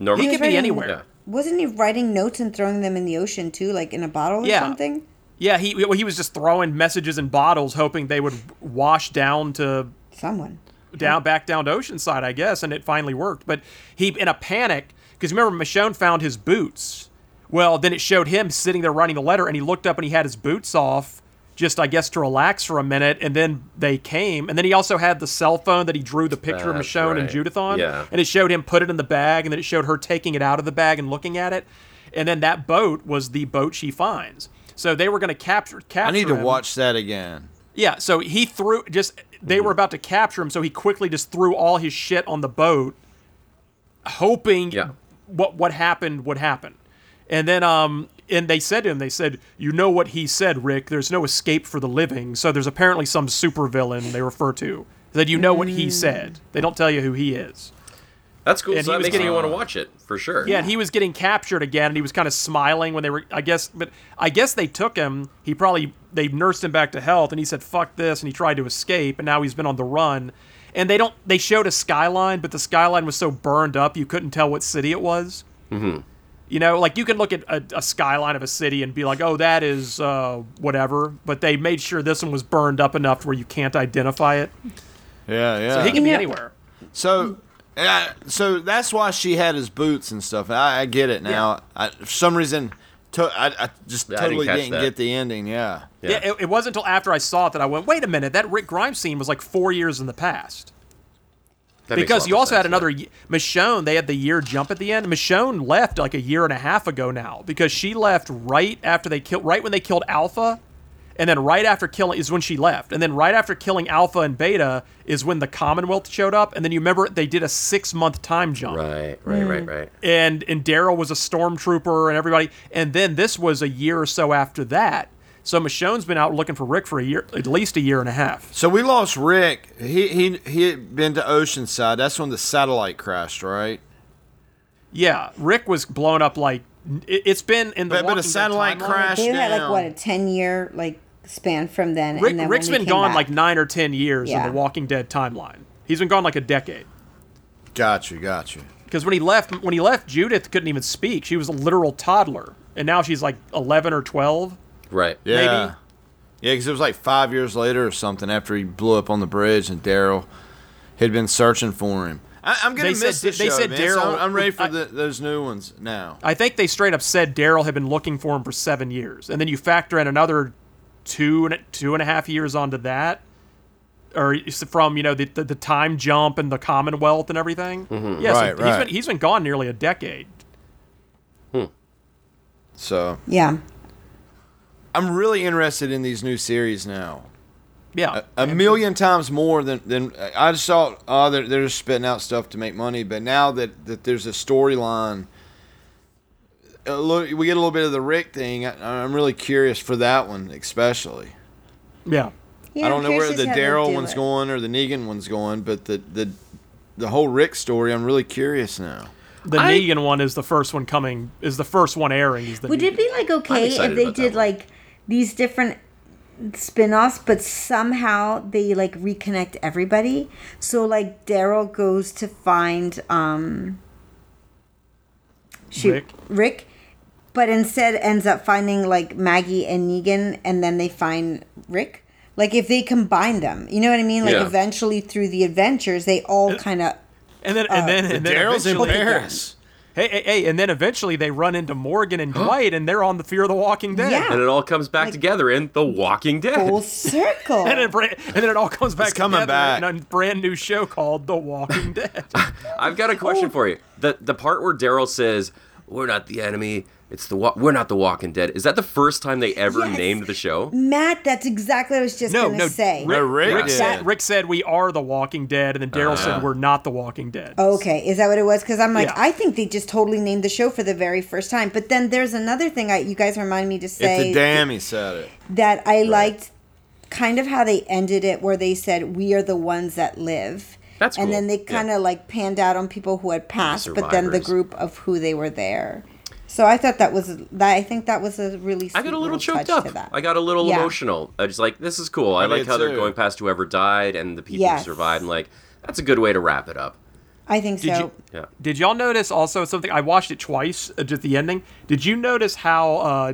M: Norman.
N: He could be
L: writing-
N: anywhere. Yeah.
L: Wasn't he writing notes and throwing them in the ocean too, like in a bottle or
N: Yeah.
L: something?
N: he well, he was just throwing messages in bottles, hoping they would wash down to
L: someone
N: down back down to Oceanside, I guess, and it finally worked. But he in a panic because remember Michonne found his boots. Well, then it showed him sitting there writing the letter, and he looked up and he had his boots off, just I guess to relax for a minute. And then they came, and then he also had the cell phone that he drew the picture of
M: That's
N: Michonne and
M: right.
N: Judith on,
M: Yeah.
N: and it showed him put it in the bag, and then it showed her taking it out of the bag and looking at it, and then that boat was the boat she finds. So they were going to capture capture.
K: I need to
N: him.
K: watch that again.
N: Yeah, so he threw just they were about to capture him, so he quickly just threw all his shit on the boat, hoping what what happened would happen. And then um and they said to him, they said, You know what he said, Rick, there's no escape for the living. So there's apparently some supervillain they refer to. That you know what he
M: Mm.
N: said. They don't tell you who he is.
M: That's cool.
N: And
M: so
N: he
M: that
N: was
M: makes me
N: getting-
M: want to watch it for sure.
N: Yeah, and he was getting captured again, and he was kind of smiling when they were. I guess, but I guess they took him. He probably they nursed him back to health, and he said "fuck this," and he tried to escape, and now he's been on the run. And they don't. They showed a skyline, but the skyline was so burned up you couldn't tell what city it was.
M: Mm-hmm.
N: You know, like you can look at a, a skyline of a city and be like, "Oh, that is uh, whatever," but they made sure this one was burned up enough to where you can't identify it.
K: Yeah, yeah.
N: So he can be anywhere.
K: So, uh, so that's why she had his boots and stuff. I, I get it now. I, for some reason, to, I, I just
N: Yeah, I didn't
K: totally
N: catch
K: didn't,
N: that.
K: get the ending. Yeah.
N: Yeah, it, it wasn't until after I saw it that I went, wait a minute, that Rick Grimes scene was like four years in the past.
K: That makes a lot
N: because you
K: more
N: also had another y Michonne, they had the year jump at the end. Michonne left like a year and a half ago now because she left right after they killed, right when they killed Alpha, and then right after killing is when she left, and then right after killing Alpha and Beta is when the Commonwealth showed up, and then you remember they did a six month time jump.
M: Right, right, right, right.
N: And and Daryl was a stormtrooper and everybody. And then this was a year or so after that. So Michonne's been out looking for Rick for a year, at least a year and a half.
K: So we lost Rick. He he he had been to Oceanside. That's when the satellite crashed, right?
N: Yeah, Rick was blown up like it, it's been in the
K: But- but a
N: Walking Dead
K: satellite
N: timeline.
K: crashed
L: He had like what a ten year like span from then.
N: Rick,
L: and then
N: Rick's
L: when he
N: been
L: came
N: gone
L: back.
N: like nine or ten years
L: Yeah.
N: in the Walking Dead timeline. He's been gone like a decade.
K: Got you, got you.
N: Because when he left, when he left, Judith couldn't even speak. She was a literal toddler, and now she's like eleven or twelve.
M: Right.
K: Yeah.
N: Maybe.
K: Yeah, because it was like five years later or something after he blew up on the bridge and Daryl had been searching for him. I, I'm gonna
N: They
K: miss
N: said-
K: this
N: they
K: show,
N: said
K: man, so
N: Daryl-
K: I'm, I'm ready for
N: I-
K: the, those new ones now.
N: I think they straight up said Daryl had been looking for him for seven years, and then you factor in another two and two and a half years onto that, or it's from you know the the, the time jump and the Commonwealth and everything.
K: Mhm.
N: Yeah, so
K: Right,
N: he's
K: right. Hmm.
N: been he's been gone nearly a decade.
K: So
L: Yeah.
K: I'm really interested in these new series now.
N: Yeah,
K: a, a million times more than than I just thought. Oh, they're, they're just spitting out stuff to make money. But now that that there's a storyline, a little- we get a little bit of the Rick thing. I, I'm really curious for that one, especially.
N: Yeah.
K: I don't know where the Daryl one's going or the Negan one's going, but the the the whole Rick story, I'm really curious now.
N: The
L: I-
N: Negan one is the first one coming, is the first one airing. Is the
L: Would it be like okay if they did like these different spin-offs but somehow they like reconnect everybody? So like Daryl goes to find um shoot,
N: Rick?
L: Rick. but instead ends up finding like Maggie and Negan and then they find Rick. Like if they combine them, you know what I mean? Like
N: Yeah.
L: eventually through the adventures they all kind of
N: And then, and then,
L: The
N: and then
L: Daryl's in
N: eventually-
L: Paris.
N: Hey, hey, hey, and then eventually they run into Morgan and Dwight, and they're on the Fear of the Walking Dead.
M: And it all comes back together in The Walking Dead.
L: Full circle.
N: (laughs) and, then, bra- and then it all comes back
M: coming
N: together in a brand new show called The
M: (laughs)
N: Walking Dead.
M: I've got a question for you. The the part where Daryl says, "We're not the enemy. It's the wa- we're not the Walking Dead." Is that the first time they ever named the show?
L: Matt, that's exactly what I was just
N: no,
L: gonna
N: no,
L: say.
N: Rick,
M: Rick
N: Rick
M: did.
N: said, Rick said we are The Walking Dead, and then Daryl
M: Uh,
N: said
M: yeah.
N: we're not The Walking Dead.
L: Okay, is that what it was? Because I'm like,
N: Yeah.
L: I think they just totally named the show for the very first time. But then there's another thing I, you guys remind me to
K: If
L: say
K: the damn he said it.
L: that I liked, kind of how they ended it, where they said, "We are the ones that live."
M: That's
L: and
M: cool.
L: then they kind of like panned out on people who had passed, but then the
M: survivors.
L: group of who they were there. So I thought that was that. I think that was a really. Sweet
M: I got a little choked
L: touch
M: up.
L: To that.
M: I got a little
L: Yeah.
M: emotional. I just like this is cool. I,
L: I
M: like
L: did
M: how they're
L: too.
M: going past whoever died and the people
L: Yes.
M: who survived. And like that's a good way to wrap it up.
L: I think
N: Did
L: so.
N: you-
M: Yeah.
N: Did y'all notice also something? I watched it twice, uh, just the ending. Did you notice how, uh,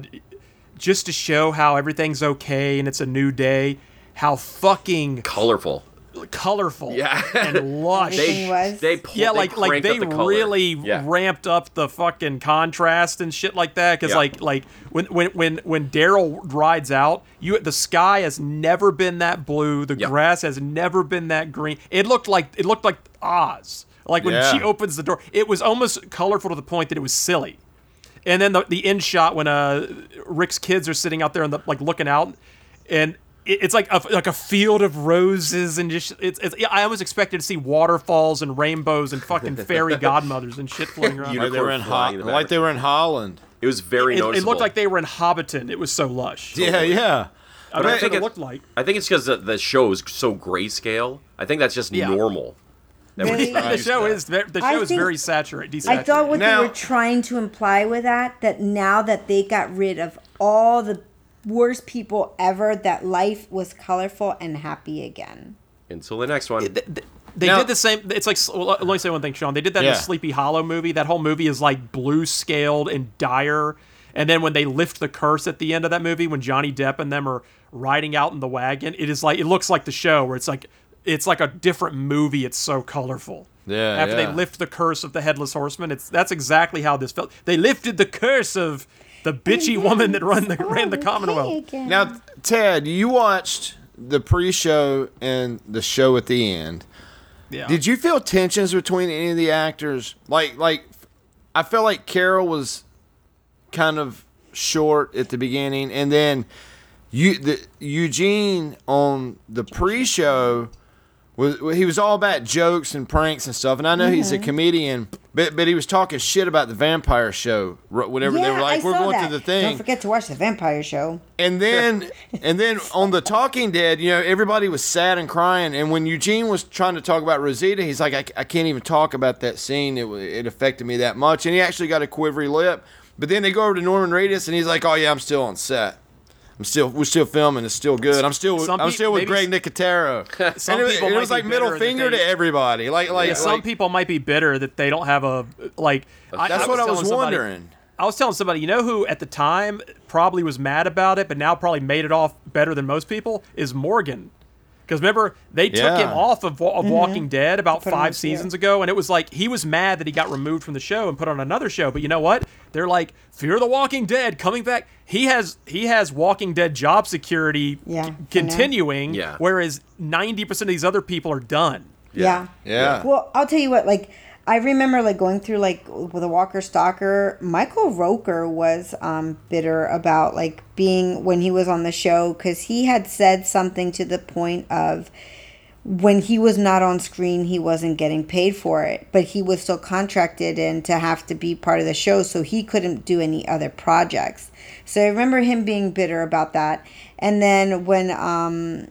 N: just to show how everything's okay and it's a new day, how fucking
M: Colorful.
N: colorful
M: Yeah. (laughs)
N: and lush
M: They- was? they pull-
N: yeah
M: they
N: like like
M: cranked up
N: they
M: the color.
N: really
M: Yeah.
N: ramped up the fucking contrast and shit like that because
M: Yeah.
N: like like when when when when daryl rides out you the sky has never been that blue the grass has never been that green it looked like it looked like oz like when
K: Yeah.
M: (laughs)
N: she opens the door it was almost colorful to the point that it was silly and then the, the end shot when uh Rick's kids are sitting out there and the, like looking out, and it- it's like a like a field of roses and just it's, it's yeah, I always expected to see waterfalls and rainbows and fucking
M: (laughs)
N: fairy godmothers and shit floating around.
K: Like they were in Ho- like they were in Holland.
M: It was very
N: it, it looked like they were in Hobbiton. It was so lush.
K: Yeah, yeah.
N: I don't know what it looked like.
M: I think it's because the, the show is so grayscale. I think that's just
N: Yeah.
M: normal. That we're just not
N: the
M: used
N: show
M: to that.
N: is ve- the
L: I
N: show is
L: think-
N: very saturated. Desaturated.
L: I thought what they were trying to imply with that that now that they got rid of all the worst people ever, that life was colorful and happy again.
M: Until the next one.
N: They
M: Now-
N: did the same. It's like well, let me say one thing, Sean. They did that in
M: Yeah.
N: the (laughs) Sleepy Hollow movie. That whole movie is like blue scaled and dire. And then when they lift the curse at the end of that movie, when Johnny Depp and them are riding out in the wagon, it is like it looks like the show where it's like it's like a different movie. It's so colorful.
K: Yeah,
N: After
K: yeah.
N: they lift the curse of the headless horseman, it's that's exactly how this felt. They lifted the curse of the bitchy woman that run the ran the Commonwealth.
K: Now, Ted, you watched the pre-show and the show at the end.
N: Yeah.
K: Did you feel tensions between any of the actors? Like, like, I felt like Carol was kind of short at the beginning, and then you, the, Eugene on the pre-show was he was all about jokes and pranks and stuff. And I know he's a
L: Mhm.
K: comedian, but but he was talking shit about the vampire show. r- Whenever they were like,
L: I
K: "We're
L: saw
K: going
L: that.
K: through the thing,"
L: Don't forget to watch the Vampire Show.
N: (laughs)
K: And then and then on the Talking Dead, you know, everybody was sad and crying. And when Eugene was trying to talk about Rosita, he's like, I, I can't even talk about that scene. It, wa- it affected me that much. And he actually got a quivery lip. But then they go over to Norman Reedus, and he's like, Oh yeah, I'm still on set. I'm still we're still filming. It's still good. I'm still with,
N: Some
K: I'm
N: peop-
K: still with
N: maybe
K: Greg Nicotero.
N: (laughs) Some
K: and it, was-
N: people
K: it
N: might
K: was
N: be
K: like middle
N: bitter that
K: finger
N: they-
K: to everybody. Like like
N: Yeah, some
K: like-
N: people might be bitter that they don't have a like.
K: That's what I was
N: telling somebody-
K: wondering.
N: I was telling somebody, you know, who at the time probably was mad about it, but now probably made it off better than most people is Morgan. Because remember, they took
K: Yeah.
N: him off of, Wa- of
K: Mhm.
N: Walking Dead about
K: Put him on
N: five
K: the
N: seasons ago, and it was like he was mad that he got removed from the show and put on another show. But you know what? They're like Fear the Walking Dead coming back. He has he has Walking Dead job security c- continuing,
L: Yeah.
N: whereas ninety percent of these other people are done.
L: Yeah. Well, I'll tell you what, like I remember like going through like with a Walker Stalker, Michael Roker was um bitter about like being when he was on the show cuz he had said something to the point of when he was not on screen, he wasn't getting paid for it, but he was still contracted and to have to be part of the show, so he couldn't do any other projects. So I remember him being bitter about that. And then when um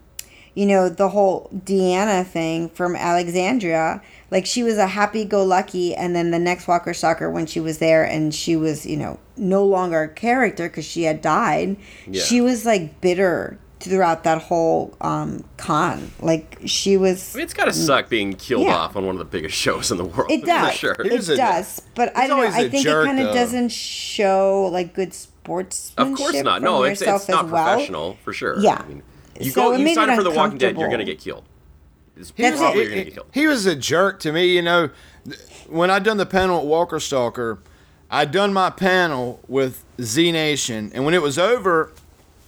L: you know, the whole Deanna thing from Alexandria. Like she was a happy go lucky, and then the next Walker Stalker, when she was there and she was, you know, no longer a character because she had died,
O: Yeah.
L: she was like bitter throughout that whole um, con. Like she was.
M: I mean, it's gotta suck being killed
L: Yeah.
M: off on one of the biggest shows in the world.
L: It does.
M: For sure.
L: It does. But I
M: He's
L: don't know.
M: always
L: I
M: a
L: think
M: jerk,
L: it kind of
M: though.
L: doesn't show like good sportsmanship.
M: Of course not. No,
L: from
M: it's,
L: yourself
M: it's not
L: as well.
M: professional for sure.
L: Yeah.
M: I mean, you
L: So
M: go,
L: it
M: you
L: made
M: sign
L: it
M: up for The Walking Dead, you're gonna
L: uncomfortable.
M: get killed. It's
K: He was,
M: probably
K: he-
M: gonna get killed.
K: he was a jerk to me, you know. Th- When I done the panel at Walker Stalker, I done my panel with Z Nation, and when it was over,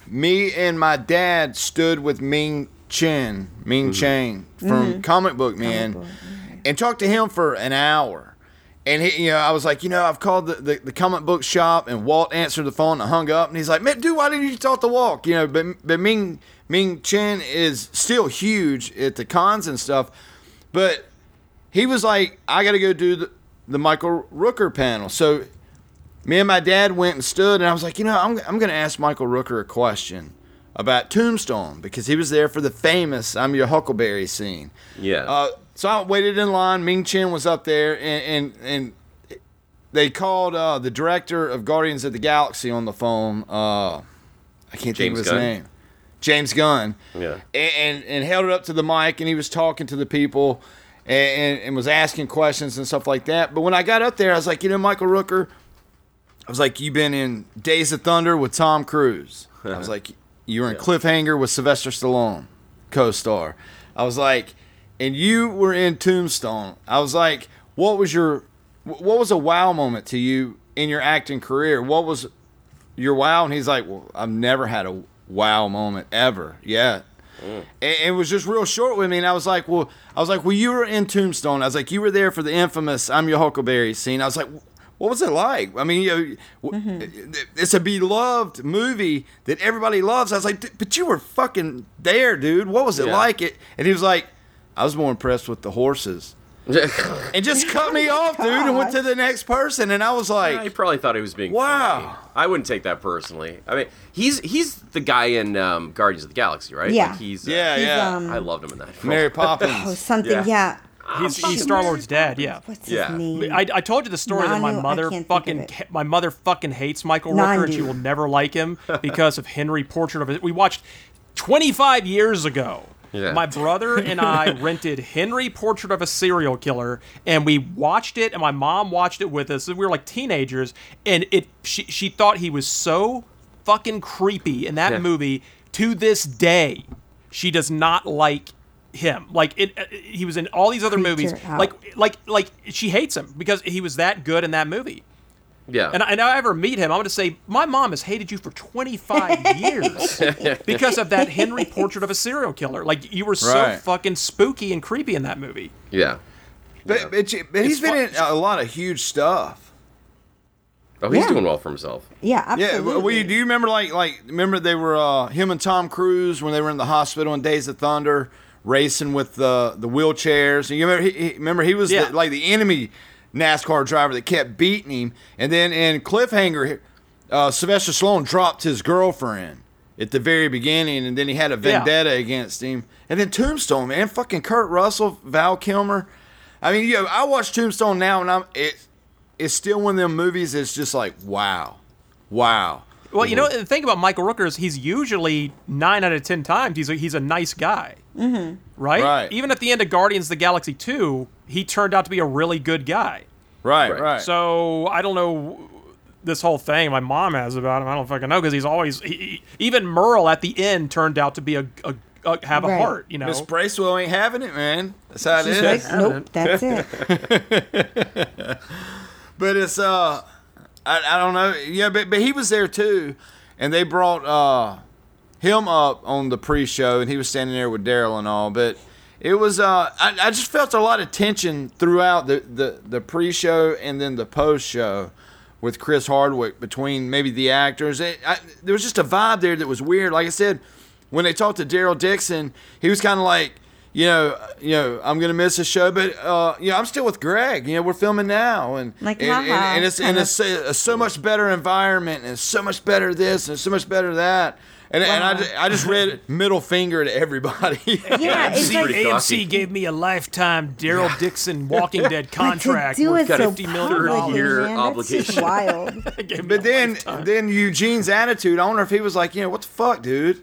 K: me and my dad stood with Ming Chen, Ming Chang from
H: Mhm.
K: Mm-hmm. Comic Book Man, and talked to him for an hour. And he, you know, I was like, you know, I've called the, the, the comic book shop, and Walt answered the phone and hung up. And he's like, man, dude, why didn't you talk to Walt? You know, but but Ming Ming Chen is still huge at the cons and stuff, but he was like, I got to go do the, the Michael Rooker panel. So me and my dad went and stood, and I was like, you know, I'm, I'm going to ask Michael Rooker a question about Tombstone because he was there for the famous I'm Your Huckleberry scene.
M: Yeah.
K: Uh, so I waited in line. Ming Chen was up there, and and, and they called uh, the director of Guardians of the Galaxy on the phone. Uh, I can't think of
M: James
K: his
M: Gunn.
K: name. James Gunn
M: yeah.
K: and, and and held it up to the mic and he was talking to the people and, and, and was asking questions and stuff like that. But when I got up there, I was like, you know, Michael Rooker, I was like, you've been in Days of Thunder with Tom Cruise. I was like, you were in Cliffhanger with Sylvester Stallone, co-star. I was like, and you were in Tombstone. I was like, what was your, wh- what was a wow moment to you in your acting career? What was your wow? And he's like, well, I've never had a wow moment ever yet and and it was just real short with me. And I was like, well, I was like, well, you were in Tombstone. I was like, you were there for the infamous "I'm Your Huckleberry" scene. I was like, wh- what was it like? I mean, you know, w-
M: Mm-hmm.
K: it's a beloved movie that everybody loves. I was like, "D- but you were fucking there, dude. What was it
O: Yeah.
K: like? It and he was like, I was more impressed with the
M: (laughs)
K: horses. and just cut me off, dude, and went to the next person, and I was like,
M: he probably thought he was being.
K: Wow.
M: funny. I wouldn't take that personally. I mean, he's he's the guy in um, Guardians of the Galaxy, right?
L: Yeah.
M: Like he's uh,
K: Yeah,
L: He's, yeah. um,
M: I loved him in (laughs) that.
K: Mary
L: Oh, something. Yeah.
N: He's,
L: Oh,
N: he's
L: shoot.
N: Star Lord's dad. Yeah.
L: What's
M: his Yeah. name?
N: I, I told you the story that my
L: Nanu, I
N: mother
L: can't think
N: fucking
L: of
N: ca- my mother fucking hates Michael Rooker and she
L: Nandu.
N: will never like him because of Henry Portrait of a We watched 25 years ago.
M: Yeah.
N: My brother
L: (laughs)
N: and I rented Henry Portrait of a Serial Killer and we watched it and my mom watched it with us and we were like teenagers and it she she thought he was so fucking creepy in that
M: Yeah.
N: movie to this day. She does not like him. Like it, uh, he was in all these other movies.
M: Creeped her out.
N: Like like like she hates him because he was that good in that movie.
M: Yeah.
N: And I, and I ever meet him, I'm going to say my mom has hated you for 25 years because of that Henry portrait of a serial killer. Like you were so
K: Right.
N: fucking spooky and creepy in that movie.
M: yeah.
K: But, but, you- but he's been in a lot of huge stuff.
M: Oh, he's
K: Yeah.
M: doing well for himself.
L: Yeah,
K: Yeah, w- well, you, do you remember like like remember they were uh, him and Tom Cruise when they were in the hospital in Days of Thunder racing with the the wheelchairs? And you remember he, he- remember he was the-
N: Yeah.
K: like the enemy NASCAR driver that kept beating him, and then in Cliffhanger, uh, Sylvester Stallone dropped his girlfriend at the very beginning, and then he had a
N: Yeah.
K: vendetta against him, and then Tombstone, man, fucking Kurt Russell, Val Kilmer. I mean, you know, I watch Tombstone now, and I'm it. It's still one of them movies. It's just like wow. Wow.
N: Well, you know the thing about Michael Rooker is he's usually nine out of ten times he's a, he's a nice guy,
L: Mm-hmm.
N: right?
K: Right.
N: Even at the end of Guardians of the Galaxy two, he turned out to be a really good guy.
K: Right, right.
N: So I don't know this whole thing my mom has about him. I don't fucking know because he's always he, he- even Merle at the end turned out to be a, a, a have a
K: Right.
N: heart. You know,
K: Miss Bracewell ain't having it, man. That's how it
N: She's
K: is.
N: like, nope, that's
K: it. (laughs) but it's uh, I, I don't know. Yeah, but but he was there too, and they brought uh him up on the pre-show, and he was standing there with Daryl and all. But it was uh, I, I just felt a lot of tension throughout the the, the pre-show and then the post-show with Chris Hardwick between maybe the actors. It, I, there was just a vibe there that was weird. Like I said, when they talked to Daryl Dixon, he was kind of like, you know, you know, I'm gonna miss a show, but uh, you know, I'm still with Greg. You know, we're filming now, and
L: Like,
K: and, and,
L: haha,
K: and it's and
L: kind
K: it's so, uh, so much better environment, and it's so much better this, and so much better that. And, and I, ju- I just
N: (laughs)
K: read middle finger to everybody.
L: Yeah, it's
N: AMC,
L: like- Pretty
N: AMC gave me a lifetime Daryl Dixon
L: (laughs)
N: Walking Dead contract
L: do
N: worth
L: it so
N: fifty million dollars.
L: publicly, man, that's just wild.
N: (laughs)
K: (laughs) but then then Eugene's attitude, I wonder if he was like, you know, what the fuck, dude?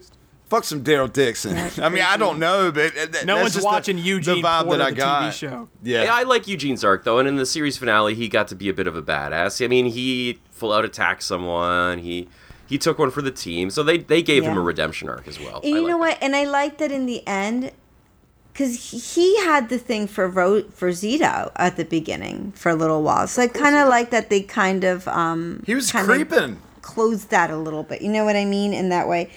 K: Fuck some Daryl Dixon. (laughs) I mean, I don't know, but uh, that,
N: No
K: that's
N: one's
K: just
N: watching
K: the, the
N: Eugene
K: vibe
N: Porter,
K: that I
N: the TV
K: got.
N: show.
K: Yeah.
M: I like Eugene's arc though, and in the series finale, he got to be a bit of a badass. I mean, he full out attacked someone. He he took one for the team, so they they gave him
L: Yeah.
M: a redemption arc as well.
L: And you know what? And I like that in the end, because he had the thing for Ro- for Zito at the beginning for a little while. So I kind of like that they kind of um
K: he was
L: creeping closed that a little bit. You know what I mean in that way.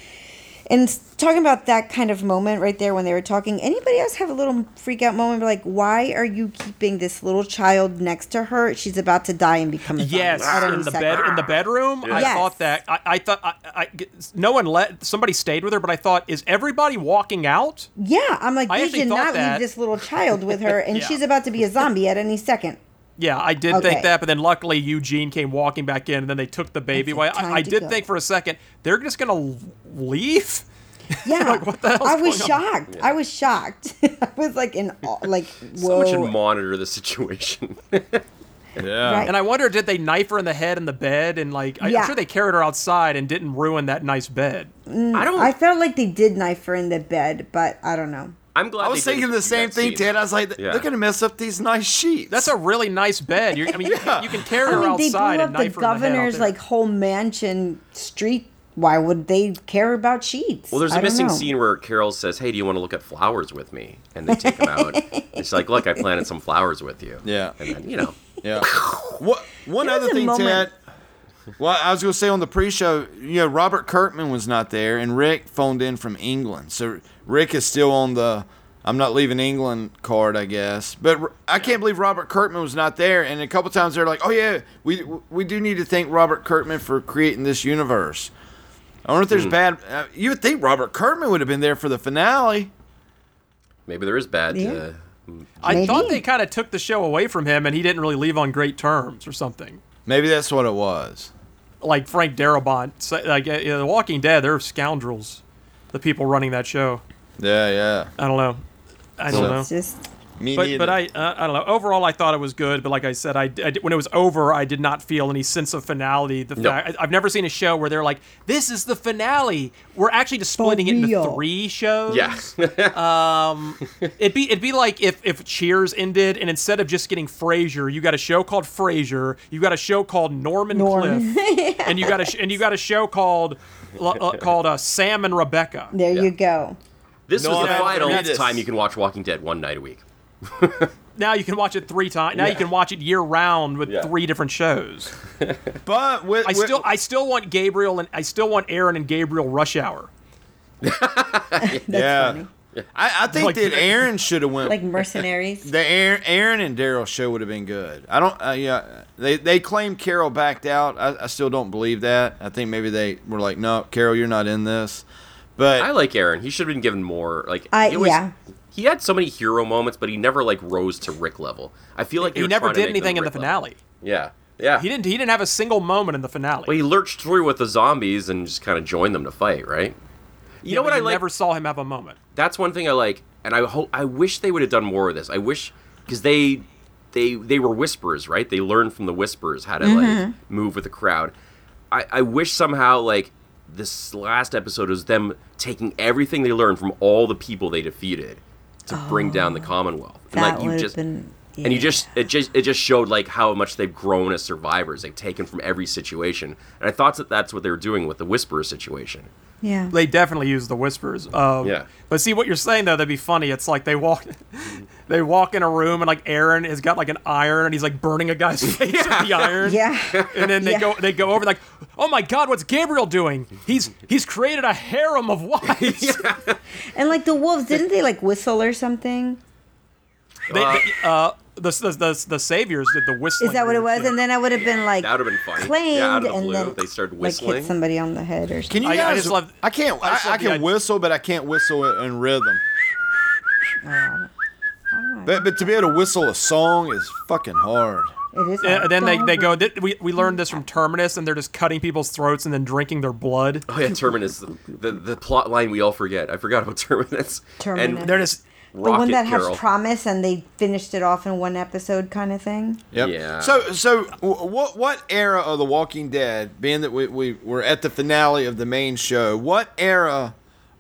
L: And s- talking about that kind of moment right there when they were talking, anybody else have a little freak out moment like, why are you keeping this little child next to her? She's about to die and become a zombie
N: Yes,
L: at any
N: in the
L: second."
N: bed in the bedroom. I
L: Yes.
N: thought that I, I thought I, I- no one let somebody stayed with her, but I thought is everybody walking out?
L: Yeah, I'm like,
N: I
L: they
N: actually
L: did
N: thought
L: not
N: that.
L: leave this little child with her, and
N: Yeah.
L: she's about to be a zombie at any second.
N: Yeah, I did
L: Okay.
N: think that, but then luckily Eugene came walking back in, and then they took the baby away.
L: time
N: I, I
L: to
N: did
L: go.
N: think for a second they're just gonna l- leave. (laughs)
L: Yeah, I was
N: going on?
L: shocked. I was shocked. (laughs) I was like in awe, like whoa.
M: Someone should monitor the situation. (laughs) yeah.
N: And I wonder, did they knife her in the head in the bed? And like, I-
L: Yeah.
N: I'm sure they carried her outside and didn't ruin that nice bed.
L: Mm, I
N: don't-
L: felt like they did knife her in the bed, but I don't know.
M: I'm glad.
K: I was
N: they didn't
K: thinking the
N: do
K: same
N: that
K: thing,
N: scene.
K: Ted. I was like,
N: Yeah.
K: they're gonna mess up these nice sheets.
N: That's a really nice bed. You're,
K: (laughs)
N: I mean, you can- you, can carry
L: I
N: her
L: mean, they blew
N: outside and
L: up the
N: knife her in the head. out
L: governor's
N: there.
L: like whole mansion street. Why would they care about sheets?
M: Well, there's
L: I
M: a
L: don't
M: missing
L: know.
M: scene where Carol says, "Hey, do you want to look at flowers with me?" And they take him out. It's like, "Look, I planted some flowers with you."
K: Yeah.
M: And then, you know.
K: Yeah. what one
M: There was
K: other
M: a
K: thing,
M: moment-
K: Ted? Well, I was gonna say on the pre-show, you know, Robert Kirkman was not there, and Rick phoned in from England, so Rick is still on the I'm not leaving England card, I guess. But r- I can't believe Robert Kurtman was not there. And a couple times they're like, "Oh yeah, we we do need to thank Robert Kurtman for creating this universe." I wonder if there's
M: Hmm.
K: bad. Uh, you would think Robert Kurtman would have been there for the finale.
M: Maybe there is bad.
K: Yeah.
M: Uh,
N: I thought they kind of took the show away from him, and he didn't really leave on great terms or something.
K: Maybe that's what it was.
N: Like Frank Darabont, say- like uh, The Walking Dead, they're scoundrels. The people running that show.
K: Yeah, yeah.
N: I don't know. I
K: So-
N: don't know.
K: It's just- Me
N: but,
K: neither.
N: but I uh, I don't know. Overall, I thought it was good. But like I said, I, I when it was over, I did not feel any sense of finality. The
M: No.
N: fact, I, I've never seen a show where they're like, "This is the finale." We're actually just splitting it into three shows.
M: Yeah.
N: um, it'd be it'd be like if if Cheers ended, and instead of just getting Frasier, you got a show called Frasier, you got a show called Norman,
L: Norman. (laughs)
N: Cliff, and you got a sh- and you got a show called uh, called uh, Sam and Rebecca.
L: There you go.
M: This
N: No,
M: was the
N: I-
M: final
N: I mean, this-
M: time you can watch Walking Dead one night a week.
N: Now you can watch it three times. Now
M: Yeah.
N: you can watch it year round (laughs) with
M: Yeah.
N: three different shows.
K: but with,
N: I still I still want Gabriel and I still want Aaron and Gabriel Rush Hour.
K: yeah. I, I think
N: Like-
K: that Aaron should have went
L: Like
M: (laughs)
L: mercenaries.
K: The Aaron, Aaron and Daryl show would have been good. I don't. Uh, yeah, they they claim Carol backed out. I, I still don't believe that. I think maybe they were like, no, Carol, you're not in this. But
M: I like Aaron. He should have been given more. Like,
L: I-
M: he always-
L: yeah.
M: He had so many hero moments, but he never like rose to Rick level. I feel like they
N: He
M: were
N: never
M: trying to
N: did
M: make them
N: anything in the
M: Rick level.
N: finale.
M: Yeah, yeah.
N: He didn't he didn't have a single moment in the finale.
M: Well, he lurched through with the zombies and just kind of joined them to fight, right? You
N: Yeah,
M: know
N: but
M: what I
N: you
M: like?
N: never saw him have a moment.
M: That's one thing I like, and I hope I wish they would have done more of this. I wish because they they they were whispers, right? They learned from the whispers how to
L: Mm-hmm.
O: Mhm.
M: like move with the crowd. I, I wish somehow like this last episode was them taking everything they learned from all the people they defeated to bring down the Commonwealth, and
L: That
M: like
L: would
M: you
L: have
M: just
L: been.
M: and you just it just it just showed like how much they've grown as survivors. They've taken from every situation, and I thought that that's what they were doing with the whisperer situation.
L: Yeah.
N: They definitely used the whispers. Um,
M: Yeah.
N: But see what you're saying though, that'd be funny. It's like they walk (laughs) they walk in a room and like Aaron has got like an iron and he's like burning a guy's face with the iron.
L: Yeah.
N: And then they
L: Yeah.
N: go they go over like, Oh my god, what's Gabriel doing? He's he's created a harem of wives.
L: And like the wolves, didn't they like whistle or something?
N: They, they- uh, the, the, the, the saviors did the whistling.
L: Is that what it was?
N: routine.
L: And then I would have been like,
M: That would have been funny.
L: claimed,
M: yeah, out of the
L: and
M: blue,
L: then
N: (laughs)
M: they started
L: like
M: whistling.
L: hit somebody on the head or something.
K: Can you
N: I- I
K: guys? I,
N: just love-
K: can't.
N: I
K: I,
N: just
K: I,
N: love the
K: can
N: idea-
K: whistle, but I can't whistle it in rhythm. But, but to be able to whistle a song is fucking hard.
L: It is.
N: Yeah, then they,
L: (laughs)
N: they go. "Th- We, we learned this from Terminus, and they're just cutting people's throats and then drinking their blood.
M: Oh yeah, Terminus, the, the the plot line we all forget. I forgot about (laughs) Terminus.
L: Terminus.
M: And
L: They're
N: just
L: the one
M: Rocket
L: that
M: Carol.
L: has promise, and they finished it off in one episode, kind of thing.
M: Yeah.
K: So, so wh- what what era of The Walking Dead? Being that we, we were at the finale of the main show, what era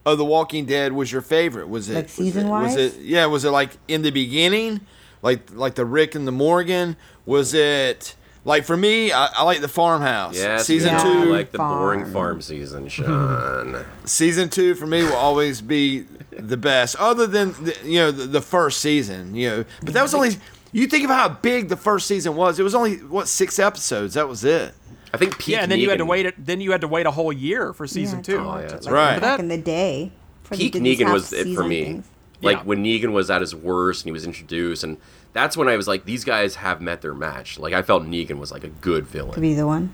K: of The Walking Dead was your favorite? Was it
L: Like
K: was it-
L: season-wise?
K: Was it yeah? Was it like in the beginning, like like the Rick and the Morgan? Was it like for me? I, I like the farmhouse.
M: Yes,
K: season
M: yeah,
K: two.
M: like the boring farm
N: (laughs)
M: season, Sean.
K: season two for me will always be the best other than the, you know the, the first season you know but that was only you think of how big the first season was it was only what six episodes that was it
M: i think peak
N: yeah, and then you had to wait. A, then you had to wait a whole year for season two.
L: Like,
K: right.
L: Back in the day. before they
M: Peak
L: did these
M: Negan was
L: half-season
M: it for me.
L: things.
M: Like when Negan was at his worst and he was introduced, and that's when I was like, these guys have met their match. Like I felt Negan was like a good
L: Could
M: villain.
L: be the one.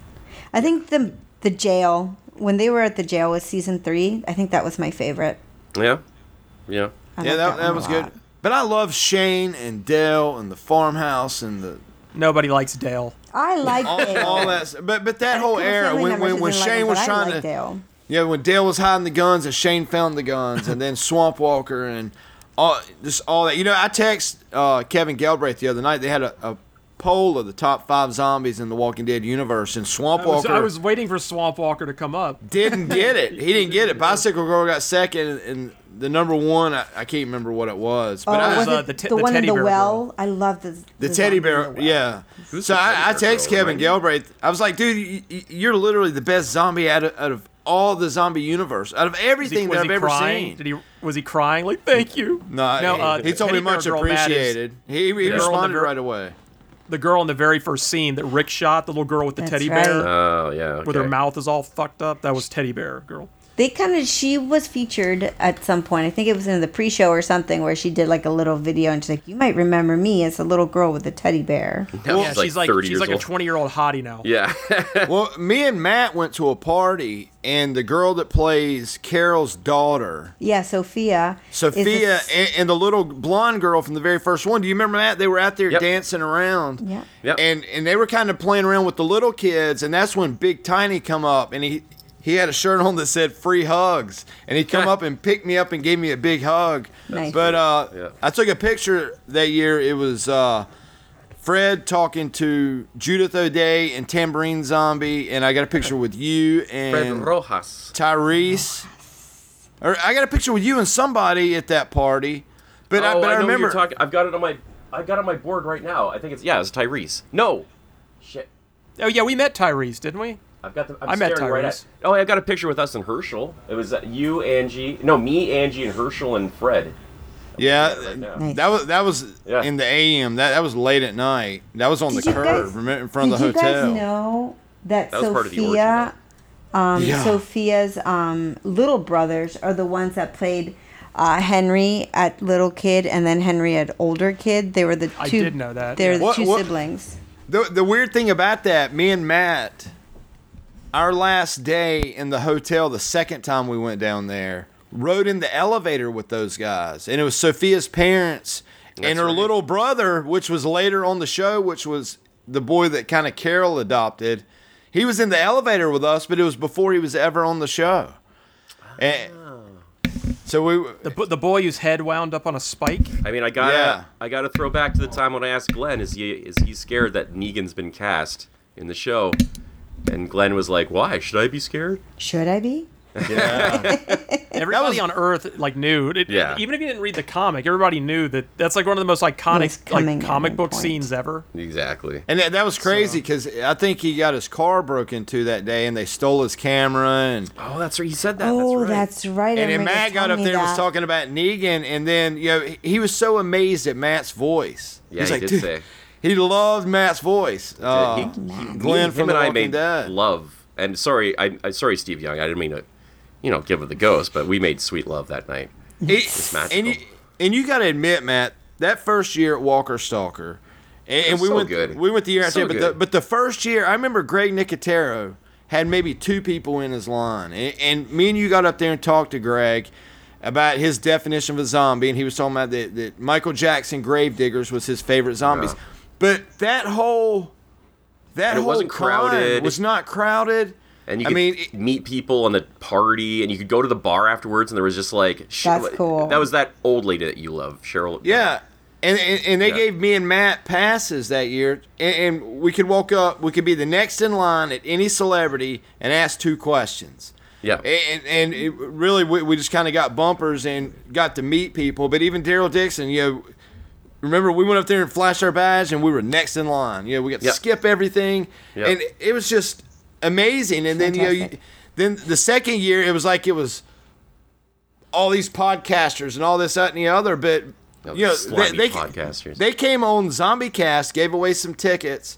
L: I think the the jail when they were at the jail was season three. I think that was my favorite.
M: Yeah, yeah.
L: I
K: yeah
L: like
K: that,
L: that
K: that
L: one a
K: was good but i love shane and dell and the farmhouse and the
N: Nobody likes Dale.
L: I like (laughs)
K: all,
L: Dale.
K: all that s- but but that whole era
L: family
K: when
L: members
K: when, when
L: didn't like him,
K: shane was
L: but I
K: trying
L: like
K: to
L: Dale.
K: Yeah, when Dale was hiding the guns and Shane found the guns, and then Swamp Walker and all just all that. You know, I text uh, Kevin Galbraith the other night. They had a, a poll of the top five zombies in the Walking Dead universe, and Swamp
N: I was,
K: Walker
N: I was waiting for Swamp Walker to come up.
K: didn't get it. He didn't
N: (laughs)
K: get it. Bicycle Girl got second, and the number one I, I can't remember what it was, but
L: oh,
K: I
L: was it the, one in the well. I love the
K: the, teddy bear, yeah. so I, I text Kevin Galbraith. I was like, dude, you, you're literally the best zombie out of, out of all the zombie universe, out of
N: Was
K: everything
N: he, was
K: that
N: he
K: I've ever
N: crying?
K: seen.
N: Did he? Was he crying? Like, thank you.
K: No, he-
N: uh,
K: he told
N: Teddy
K: me much
N: Bear Girl Matt is-
K: appreciated. He, he
N: the girl in the
K: responded
N: ver-
K: right away.
N: The girl in the very first scene that Rick shot, the little girl with the
K: That's
N: teddy
K: right.
N: bear.
M: Oh yeah.
N: With her
M: okay.
N: mouth is all fucked up. That was Teddy Bear Girl.
L: they kind of she was featured at some point. I think it was in the pre-show or something where she did like a little video and she's like, "You might remember me as a little girl with a teddy bear."
M: Now
N: yeah, she's like,
M: 30
N: she's
M: years
N: like a
M: old.
N: 20 year old hottie now.
M: yeah.
K: well, me and Matt went to a party, and the girl that plays Carol's daughter,
L: Yeah, Sophia. is
K: Sophia,
L: this-
K: and, and the little blonde girl from the very first one. Do you remember Matt? They were out there dancing around.
L: Yeah.
K: And and they were kind of playing around with the little kids, and that's when Big Tiny come up, and he he had a shirt on that said "Free Hugs," and he
M: (laughs)
K: come up and picked me up and gave me a big hug.
L: Nice.
K: But uh, I took a picture that year. It was uh, Fred talking to Judith O'Day and Tambourine Zombie, and I got a picture with you
M: Fred
K: and
M: Rojas.
K: Tyrese. Or I got a picture with you and somebody at that party. But I, but I,
M: Oh, know what
K: remember.
M: You're talking. I've got it on my. I've got it on my board right now. I think it's yeah. It's Tyrese. No. Shit.
N: Oh yeah, we met Tyrese, didn't we?
M: I've got the. I'm
N: I met
M: staring right
N: Tyrese.
M: at- oh, I got a picture with us and Herschel. It was uh, you, Angie. No, me, Angie, and Herschel and Fred.
K: yeah,
M: now.
K: that was that was in the AM. That that was late at night. That was on
L: Did
K: the
L: you
K: curb,
L: guys-
K: remember, in front of the
L: did you
K: hotel.
L: guys know that,
K: That was part of the
L: Sophia, um,
K: Yeah.
L: Sophia's um, little brothers are the ones that played uh, Henry at little kid and then Henry at older kid. They were the two.
K: I did know that,
L: They were
K: yeah.
L: the
K: What-
L: two
K: what-
L: siblings.
K: The, the weird thing about that, me and Matt, our last day in the hotel, the second time we went down there, rode in the elevator with those guys. And it was Sophia's parents and her little brother, which was later on the show, which was the boy that kind of Carol adopted. He was in the elevator with us, but it was before he was ever on the show. And so we
N: the, bo- the boy whose head wound up on a spike.
M: I mean, I gotta. I gotta throw back to the time when I asked Glenn, is he is he scared that Negan's been cast in the show? And Glenn was like, "Why should I be scared?"
L: Should I be?
N: Yeah. everybody on Earth like knew. It,
M: Yeah.
N: Even if you didn't read the comic, everybody knew that that's like one of the most iconic like comic book scenes ever.
M: Exactly.
K: And that, that was crazy because I think he got his car broken into that day, and they stole his camera. And
M: oh, that's right. He said that.
L: Oh, that's right.
K: And
L: I
K: then
L: remember
K: Matt got
L: telling
K: up
L: me
K: there and was
L: that.
K: talking about Negan, and then you know he, he was so amazed at Matt's voice.
M: Yeah,
K: He's
M: he
K: like,
M: did
K: "Dude,"
M: say.
K: He loved Matt's voice. Uh,
M: He-
K: Glenn
M: him
K: from The
M: and I
K: Walking
M: made
K: Dead.
M: love. And sorry, I, I sorry, Steve Young. I didn't mean to, you know, give it the ghost, but we made sweet love that night.
K: It-
M: It's magical.
K: and you and you got to admit, Matt, that first year at Walker Stalker, and, and we
M: So
K: went
M: good.
K: we went the year after,
M: So
K: but the,
M: good.
K: but the first year, I remember Greg Nicotero had maybe two people in his line, and, and me and you got up there and talked to Greg about his definition of a zombie, and he was talking about that, that Michael Jackson Gravediggers was his favorite zombies,
M: Yeah.
K: but that whole that
M: And it
K: whole
M: wasn't
K: con
M: crowded.
K: was not crowded.
M: And you
K: I
M: could
K: mean,
M: meet people on the party, and you could go to the bar afterwards, and there was just like sh-
K: That's cool.
M: That was that old lady that you love, Cheryl.
K: Yeah. And, and, and they
M: Yeah.
K: gave me and Matt passes that year, and, and we could walk up, we could be the next in line at any celebrity and ask two questions.
M: Yeah.
K: And, and it really, we, we just kind of got bumpers and got to meet people. But even Daryl Dixon, you know, remember we went up there and flashed our badge and we were next in line. You know, we got to
M: Yeah.
K: skip everything.
M: Yeah.
K: And it was just amazing. And then, you know, you,
M: Fantastic.
K: then the second year, it was like it was all these podcasters and all this, that, and the other. But, you know,
M: slimy
K: they, they,
M: podcasters.
K: they came on ZombieCast, gave away some tickets,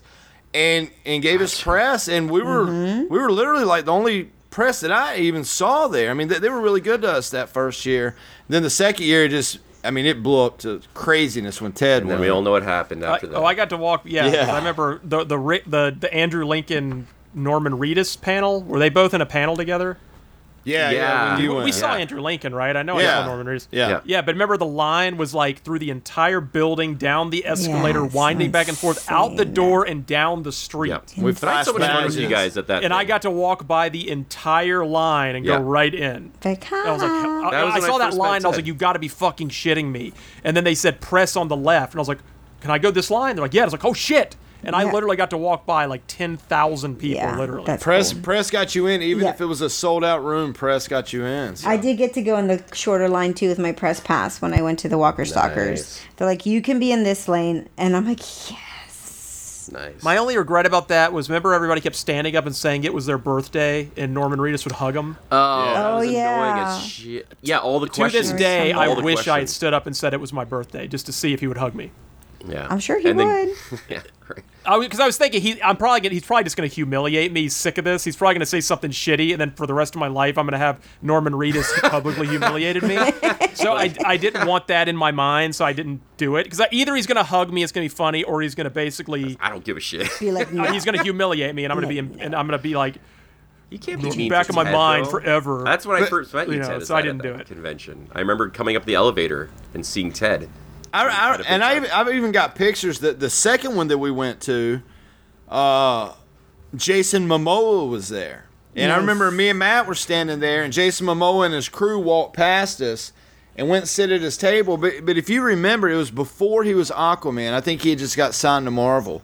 K: and and gave us press, and we were we were literally like the only press that I even saw there. I mean, they, they were really good to us that first year. Then the second year, it just I mean, it blew up to craziness when Ted.
M: And
K: won.
M: then we all know what happened after that.
N: Oh, I got to walk. Yeah, 'cause
K: Yeah.
N: I remember the the Ri- the the Andrew Lincoln Norman Reedus panel. Were they both in a panel together?
K: Yeah,
M: yeah, Yeah. when you
N: We- We
M: went.
N: saw
M: Yeah.
N: Andrew Lincoln, right? I know I
M: Yeah.
N: saw Norman Reedus.
M: Yeah. Yeah.
N: yeah, but remember the line was like through the entire building, down the escalator,
M: it's
N: winding back and forth, out the door, and down the street.
M: We And I had so much flashed fun with you badges. guys at that
N: And I got to walk by the entire line and
M: Yeah.
N: go right in. I was like,
L: Uh-huh.
N: I,
M: That was
N: I
M: when I
N: saw that
M: first
N: line.
M: met
N: and I was
M: Ted.
N: like, you got to be fucking shitting me. And then they said press on the left, and I was like, can I go this line? They're like, yeah. I was like, oh shit. And I
K: Yeah.
N: literally got to walk by like ten thousand people, literally.
K: press press got you in, even if it was a sold out room. Press got you in. so.
L: I did get to go in the shorter line too with my press pass when I went to the Walker Stalkers. They're like, you can be in this lane, and I'm like, yes.
M: Nice.
N: My only regret about that was remember everybody kept standing up and saying it was their birthday, and Norman Reedus would hug them.
M: Oh, that
L: Oh,
M: was annoying
L: yeah.
M: as shit. Yeah, all the
N: To
M: questions.
N: this day,
M: All
N: I
M: the
N: wish I had
M: questions.
N: stood up and said it was my birthday just to see if he would hug me. Yeah.
L: I'm sure he
N: And then-
L: would.
N: yeah, right.
H: Because I, was thinking he, I'm probably gonna, he's probably just going to humiliate me. He's sick of this. He's probably going to say something shitty, and then for the rest of my life, I'm going to have Norman Reedus who publicly humiliated me. So I, I didn't want that in my mind, so I didn't do it. Because either he's going to hug me, it's going to be funny, or he's going to basically
N: I don't give a shit.
L: Be like,
H: uh, he's going to humiliate me, and I'm going to be in- and I'm going to be like,
N: you can't
H: be
N: mean
H: back
N: to
H: in my
N: Ted,
H: mind
N: though.
H: forever.
N: That's when I
H: But-
N: first met you,
H: you know,
N: Ted. is
H: so I
N: at
H: didn't
N: that
H: do it.
N: Convention. I remember coming up the elevator and seeing Ted.
K: I, I, and I, I've even got pictures that the second one that we went to, uh, Jason Momoa was there. And I
P: Nice.
K: remember me and Matt were standing there, and Jason Momoa and his crew walked past us and went and sit at his table. But, but if you remember, it was before he was Aquaman. I think he had just got signed to Marvel.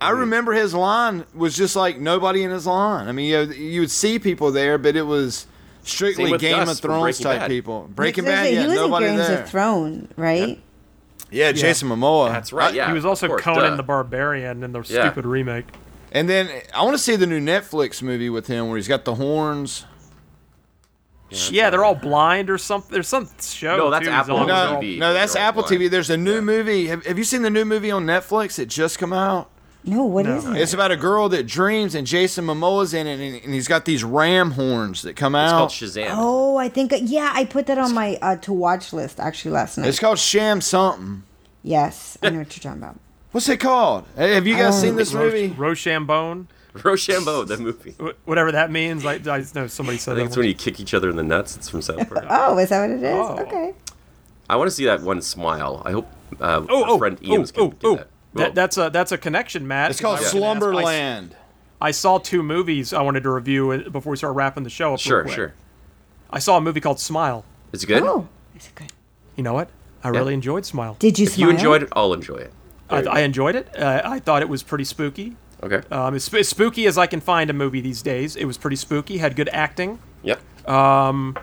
K: I
N: Mm-hmm.
K: remember his line was just like nobody in his line. I mean, you, you would see people there, but it was strictly
N: with
K: Game
N: Gus
K: of
N: from
K: Thrones
N: Breaking
K: type
N: Bad.
K: people. Breaking
L: There's
K: Bad,
L: a-
K: yeah,
L: he was
K: nobody
L: in Games
K: there.
L: of Thrones, right?
K: Yeah, Jason Momoa.
N: That's right, yeah,
H: he was
N: of
H: also
N: course,
H: Conan
N: duh.
H: the Barbarian in the
K: Yeah.
H: stupid remake.
K: And then I want to see the new Netflix movie with him where he's got the horns.
H: Yeah, they're all blind or something. There's some show. too, zombies.
K: No, no, that's Apple TV. There's a new movie. Have, have you seen the new movie on Netflix? It just come out.
L: No, what
K: No.
L: is it?
K: It's about a girl that dreams, and Jason Momoa's in it, and, and he's got these ram horns that come out.
N: called Shazam.
L: Oh, I think yeah, I put that on my uh, to watch list actually last night.
K: It's called Sham something.
L: Yes, I know what you're talking about.
K: (laughs) What's it called? Hey, have you guys
L: Um,
K: seen this
H: Roche-
K: movie?
H: Rochambeau,
N: Rochambeau, the movie.
H: wh- whatever that means. I, I know somebody
N: I think
H: said that.
N: it's when you kick each other in the nuts. It's from South Park.
L: (laughs) Oh, is that what it is? Okay.
N: I want to see that one smile. I hope uh,
H: Oh,
N: our
H: oh,
N: friend
H: oh,
N: Ian's
H: oh,
N: gonna do
H: oh.
N: that.
H: That, that's a that's a connection, Matt.
K: It's called
H: because I was gonna ask- I s-
K: Slumberland.
H: I saw two movies I wanted to review uh, before we start wrapping the show up. real
N: Sure,
H: quick.
N: sure.
H: I saw a movie called Smile.
N: Is it good? Oh,
H: You know what? I
N: Yeah.
H: really enjoyed Smile.
L: Did you
N: if you enjoyed it, I'll enjoy it.
H: I,
N: There you
H: I enjoyed it. Uh, I thought it was pretty spooky.
N: go. okay.
H: Um, as, sp- as spooky as I can find a movie these days. It was pretty spooky. Had good acting.
N: Yep.
H: Um,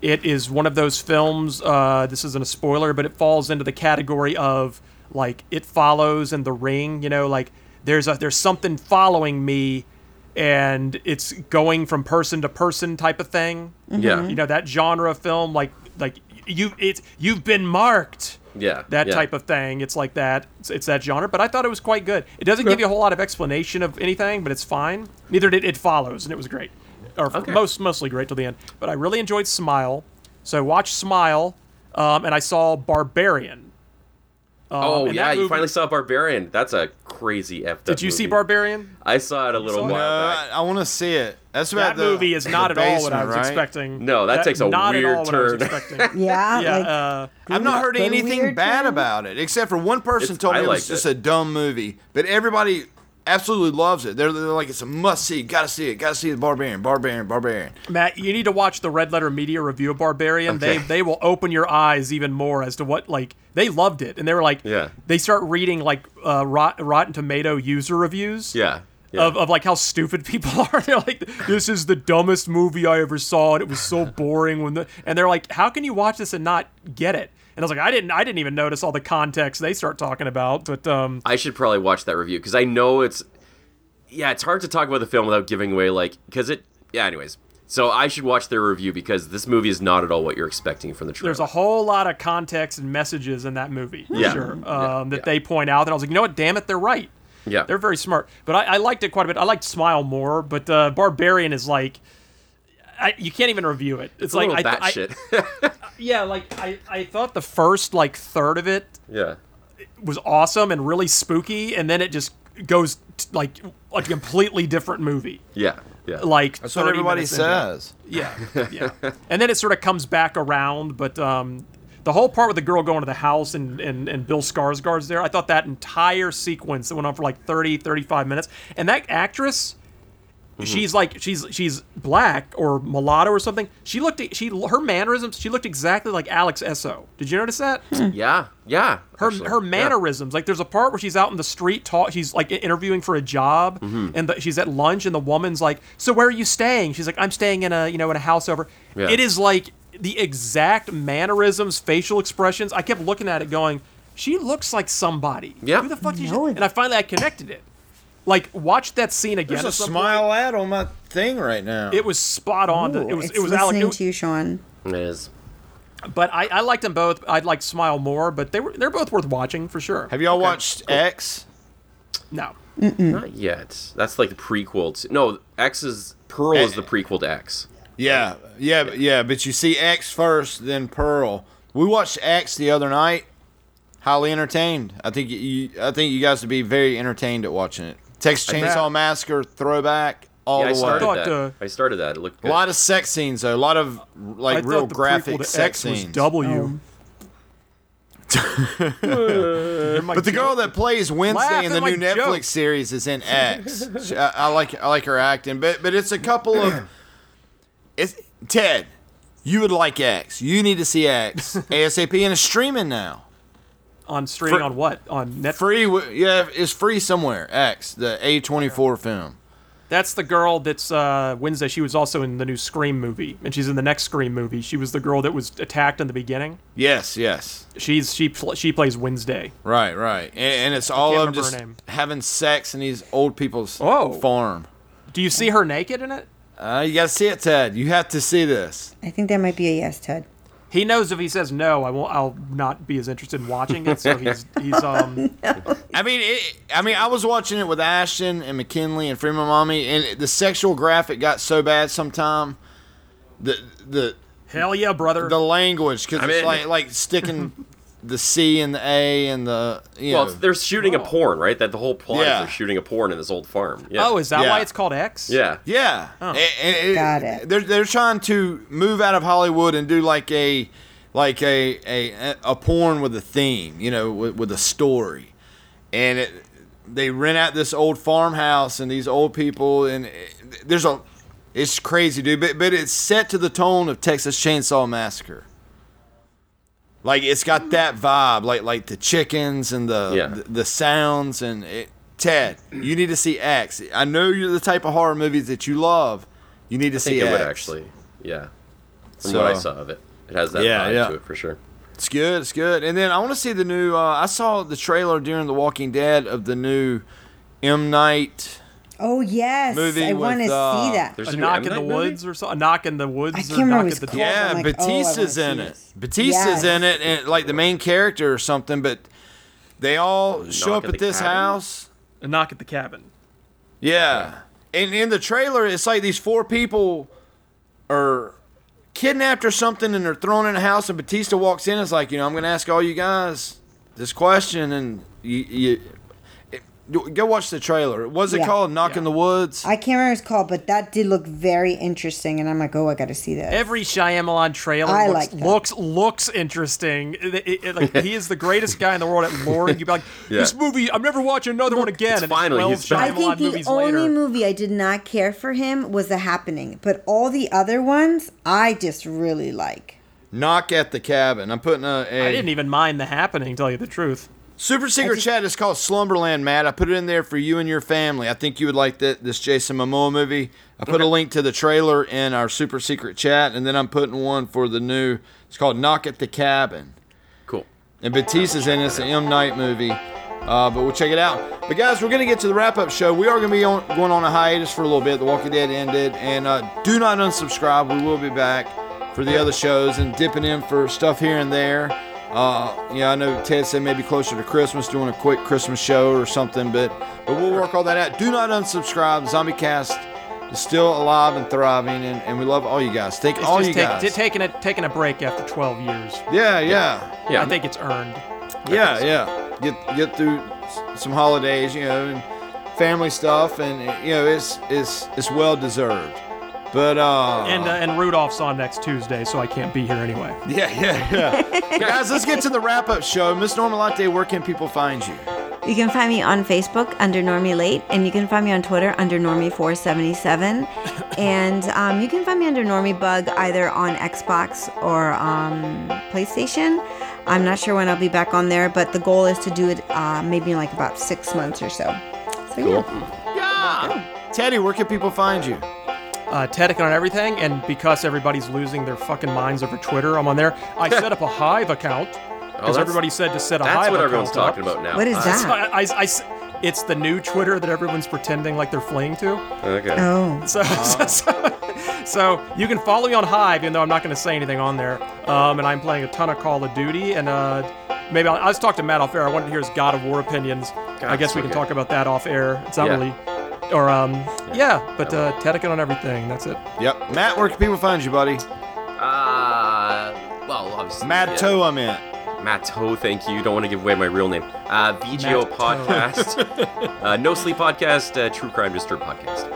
H: it is one of those films. Uh, this isn't a spoiler, but it falls into the category of like it follows and The Ring. You know, like there's a there's something following me, and it's going from person to person type of thing.
N: Mm-hmm. Yeah.
H: you know that genre of film. Like like you it's you've been marked
N: Yeah.
H: that
N: yeah.
H: type of thing. It's like that. It's, it's that genre. But I thought it was quite good. It doesn't give you a whole lot of explanation of anything, but it's fine. Neither did it follows, and it was great, or f-
N: Okay.
H: most mostly great till the end. But I really enjoyed Smile. So watch Smile, um, and I saw Barbarian. Um,
N: oh
H: and
N: yeah,
H: that
N: you
H: movie-
N: finally saw Barbarian. That's a crazy f.
H: Did you see Barbarian?
N: I saw it a little
H: saw it?
N: while
H: No,
N: back.
K: I, want to see it. That's
H: That
K: about the-
H: movie is
K: the
H: not at all what I
K: basement,
H: was
K: right?
H: expecting.
N: No, that takes a
H: not at
N: weird
H: all what I was
N: turn.
H: expecting.
L: Yeah,
H: yeah.
L: like-
H: uh,
K: I've not heard
L: Go
K: anything
L: weird
K: bad
L: turn.
K: about it, except for one person
N: It's-
K: told me
N: I
K: it was
N: liked
K: just
N: it.
K: a dumb movie. But everybody absolutely loves it. They're, they're like, it's a must see. Got to see it. Got to see the Barbarian, Barbarian, Barbarian.
H: Matt, you need to watch the Red Letter Media review of Barbarian. They
K: Okay.
H: they will open your eyes even more as to what like they loved it, and they were like,
N: Yeah.
H: they start reading like uh, Rot- Rotten Tomato user reviews.
N: Yeah. yeah.
H: Of, of like how stupid people are. They're like, this is the dumbest movie I ever saw, and it was so boring. When the and they're like, how can you watch this and not get it? And I was like, I didn't, I didn't even notice all the context they start talking about. But um,
N: I should probably watch that review because I know it's. Yeah, it's hard to talk about the film without giving away like because it. Yeah. Anyways, so I should watch their review because this movie is not at all what you're expecting from the trailer.
H: There's a whole lot of context and messages in that movie, for
N: Yeah.
H: sure, um,
N: Yeah,
H: that they point out. And I was like, you know what? Damn it, they're right.
N: Yeah.
H: They're very smart. But I, I liked it quite a bit. I liked Smile more, but uh, Barbarian is like, I, you can't even review it. It's,
N: it's
H: like
N: a little
H: I, I-
N: batshit.
H: yeah, like I, I thought the first like third of it
N: yeah.
H: was awesome and really spooky, and then it just goes t- like a completely different movie.
N: Yeah. Yeah.
H: Like
K: That's what
H: 30
K: everybody
H: minutes into it.
K: says.
M: (laughs)
H: Yeah, yeah. and then it sort of comes back around, but um, the whole part with the girl going to the house and, and, and Bill Skarsgård's there, I thought that entire sequence that went on for like 30, 35 minutes, and that actress, she's like, she's she's black or mulatto or something. She looked, she her mannerisms, she looked exactly like Alex Esso. Did you notice that?
N: Hmm. Yeah. Yeah.
H: her
N: actually,
H: her
N: yeah.
H: mannerisms. Like there's a part where she's out in the street talk. She's like interviewing for a job,
M: Hmm.
H: and the, she's at lunch, and the woman's like, "So where are you staying?" She's like, "I'm staying in a you know in a house over."
N: Yeah.
H: It is like the exact mannerisms, facial expressions. I kept looking at it, going, "She looks like somebody."
N: Yeah.
H: Who the fuck did she? And I finally I connected it. Like watch that scene again.
K: There's a
H: at some
K: smile ad on my thing right now.
H: point. It was spot on. to-
L: Ooh,
H: it was
L: it's
H: it was
L: listening
H: Alec. it-
L: to you, Sean.
N: It is. But I, I liked them both. I'd like Smile more, but they were they're both worth watching for sure.
K: Have y'all watched X?
N: No.
M: Not yet. That's like the prequel. To, no, X is Pearl is the prequel to X.
K: Eh. Yeah, yeah, but- yeah. But you see X first, then Pearl. We watched X the other night. Highly entertained. I think you. I think you guys would be very entertained at watching it. Texas
M: I bet.
K: Chainsaw Massacre throwback all
M: yeah, I
K: the
M: started
K: way.
M: that. I started that. It looked
K: A
M: good.
K: lot of sex scenes though. A lot of like real graphic sex scenes.
N: W.
K: But the girl that plays Wednesday
N: Laugh
K: in
N: at
K: the
N: my
K: new Netflix
N: joke.
K: series is
N: (laughs)
K: in X. She- I, I like I like her acting, but but it's a couple of. It's Ted. You would like X. You need to see
N: (laughs)
K: X ASAP, and it's streaming now.
N: On streaming on what? On Netflix?
K: Free, wi- yeah, it's free somewhere. X, the A twenty four film.
N: That's the girl that's uh, Wednesday. She was also in the new Scream movie, and she's in the next Scream movie. She was the girl that was attacked in the beginning.
K: Yes, yes.
N: She's she pl- she plays Wednesday.
K: Right, right, and, and it's all
N: can't
K: of them
N: remember her
K: just
N: name.
K: having sex in these old people's
N: Oh.
K: farm.
N: Do you see her naked in it?
K: Uh, you gotta see it, Ted. You have to see this.
L: I think that might be a yes, Ted.
N: He knows if he says no, I won't. I'll not be as interested in watching it. So
L: (laughs)
N: he's he's um.
K: I mean, it, I mean, I was watching it with Ashton and McKinley and Freeman Mommy, and it- the sexual graphic got so bad sometime. The the
N: hell yeah, brother.
K: The language because
M: I'm
K: it's
M: in.
K: like like
M: (laughs)
K: sticking the C and the A and the you
M: well,
K: know.
M: they're shooting
N: Oh.
M: a porn, right? That the whole plot
K: Yeah.
M: is they're shooting a porn in this old farm. Yeah.
N: Oh, is that
K: Yeah.
N: why it's called X?
M: Yeah.
K: Yeah. Got it. They're they're trying to move out of Hollywood and do like a like a a, a porn with a theme, you know, with, with a story. And it, they rent out this old farmhouse and these old people and it- there's a it's crazy, dude, but but it's set to the tone of Texas Chainsaw Massacre. Like it's got that vibe, like like the chickens and the the, the sounds and it, Ted, you need to see X. I know you're the type of horror movies that you love. You need to
M: I
K: see
M: think it would
K: X.
M: actually. Yeah. From what I
K: So-
M: saw of it, it has that
K: Yeah,
M: vibe
K: yeah.
M: to it for sure.
K: It's good. It's good. And then I want to see the new. Uh, I saw the trailer during The Walking Dead of the new M Night.
L: Oh yes,
K: Movie
L: I want to
K: with, uh,
L: see that.
K: There's
N: a
K: a new
N: knock
K: M.
N: in the
K: Night movie?
N: woods or something. A knock in the woods.
L: can't
N: or
L: remember
N: knock
L: what
N: at
L: it's
N: the door.
K: Yeah,
L: like, oh, I
K: Batista's
L: wanna
K: in
L: see
K: it.
L: this.
K: Batista's
L: Yes.
K: in it, and like the main character or something. But they all show
N: knock
K: up
N: at
K: at,
N: the
K: this
N: cabin?
K: house.
N: A knock at the cabin.
K: Yeah. And in the trailer, it's like these four people are kidnapped or something and they're thrown in a house, and Batista walks in and is like, you know, I'm going to ask all you guys this question. And you, you it, go watch the trailer. What's it
L: Yeah.
K: called? Knock in the Woods?
L: I can't remember what it's called, but that did look very interesting, and I'm like, oh, I got to see that.
N: Every Shyamalan trailer
L: I
N: looks,
L: like that.
N: looks looks interesting. It- it- it- like, he is the greatest guy in the world at luring you back.
M: (laughs) Yeah.
N: This movie, I'm never watching another one again. and it's
M: finally,
N: 12
M: he's
N: Shyamalan
M: back.
L: I think the
N: movies
L: only
N: later.
L: movie I did not care for him was The Happening, but all the other ones I just really like.
K: Knock at the Cabin. I'm putting a.
N: I
K: a
N: didn't even mind the happening. Tell you the truth.
K: Super Secret Chat is called Slumberland, Matt. I put it in there for you and your family. I think you would like that this Jason Momoa movie. I put a link to the trailer in our Super Secret Chat, and then I'm putting one for the new. It's called Knock at the Cabin.
M: Cool.
K: And Batista's in it. It's an M Night movie, uh, but we'll check it out. But guys, we're gonna get to the wrap up show. We are gonna be on, going on a hiatus for a little bit. The Walking Dead ended, and uh, do not unsubscribe. We will be back for the other shows and dipping in for stuff here and there. Uh, yeah, I know Ted said maybe closer to Christmas, doing a quick Christmas show or something, but but we'll work all that out. Do not unsubscribe. ZombieCast is still alive and thriving, and, and we love all you guys. Thank
N: It's
K: all
N: just
K: you
N: take-
K: guys.
N: t- taking a taking a break after 12 years.
K: Yeah, yeah.
N: I think it's earned.
K: Yeah, yeah. Get get through s- some holidays, you know, and family stuff, and eh, you know, it's it's it's well deserved. But uh,
N: and uh, and Rudolph's on next Tuesday, so I can't be here anyway.
K: yeah, yeah,
M: (laughs)
K: yeah. Guys, let's get to the wrap up show. Miss Normalate, where can people find you?
L: You can find me on Facebook under Normie Late, and you can find me on Twitter under Normie477. and um, you can find me under Normie Bug either on Xbox or um, PlayStation. I'm not sure when I'll be back on there, but the goal is to do it uh, maybe in like about six months or so. So yeah.
K: Teddy, where can people find you?
N: Uh, Tedekin on everything, and because everybody's losing their fucking minds over Twitter, I'm on there.
M: (laughs)
N: I set up a Hive account because
M: that's-
N: everybody said to set a
M: that's
N: Hive account.
M: what everyone's
N: up.
M: talking about now. What is Uh, that?
N: So I- I- I s- it's (laughs) the new Twitter that everyone's pretending like they're fleeing to.
M: Okay.
L: Oh.
N: So, so, so, So you can follow me on Hive, even though I'm not going to say anything on there. Um, and I'm playing a ton of Call of Duty, and uh, maybe I'll, I'll just talk to Matt off air. I wanted to hear his God of War opinions. I
M: Gosh,
N: guess we can
M: okay.
N: talk about that off air. It's not
K: Yeah.
N: really, or um, yeah. but uh, Tedekin on everything. That's it.
K: Yep. Matt, where can people find you, buddy?
M: Uh, well, obviously.
K: Matt Toe, I'm in.
M: Matt Toe, thank you. Don't want to give away my real name. Uh, VGO
K: Matt Toe.
M: podcast, uh, No Sleep podcast, uh, True Crime Disturbed podcast.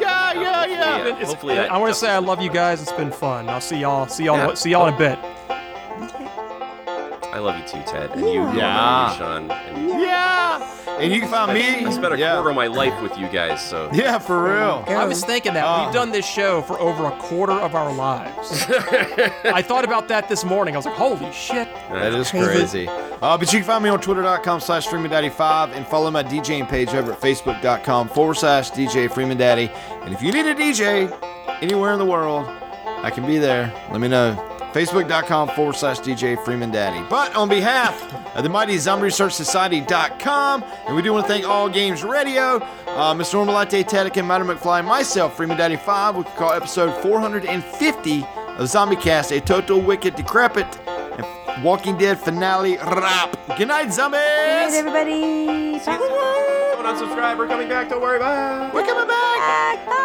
K: Yeah, yeah, yeah.
N: It's-
M: hopefully that
N: I want to say I love you guys. It's been fun. I'll see y'all. See y'all.
M: Yeah.
N: See y'all in a bit.
M: I love you too, Ted, and you,
K: Yeah.
M: Norman, and you, Sean. And
K: Yeah. And you can find
M: I,
K: me.
M: I spent a quarter of my life with you guys, so
K: Yeah, for real. Uh,
N: I was thinking that we've done this show for over a quarter of our
M: (laughs)
N: lives. I thought about that this morning. I was like, holy shit.
K: That is
N: Crazy.
K: crazy. Uh, but you can find me on twitter.com slash freemandaddy5 and follow my DJing page over at facebook.com forward slash DJ freemandaddy. And if you need a DJ anywhere in the world, I can be there. Let me know. Facebook.com forward slash DJ freemandaddy. But on behalf of the mighty zombie research society.com, and we do want to thank All Games Radio, uh, Mr. Normal Latte, Tedekin, Madam McFly, and myself, Freeman Daddy 5. We can call episode 450 of Zombie Cast a total wicked decrepit and Walking Dead finale wrap. Good night, zombies.
L: Good night, everybody. Bye.
M: Don't unsubscribe. We're coming back. Don't worry. Bye.
K: We're coming back. Bye.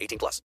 Q: 18 plus.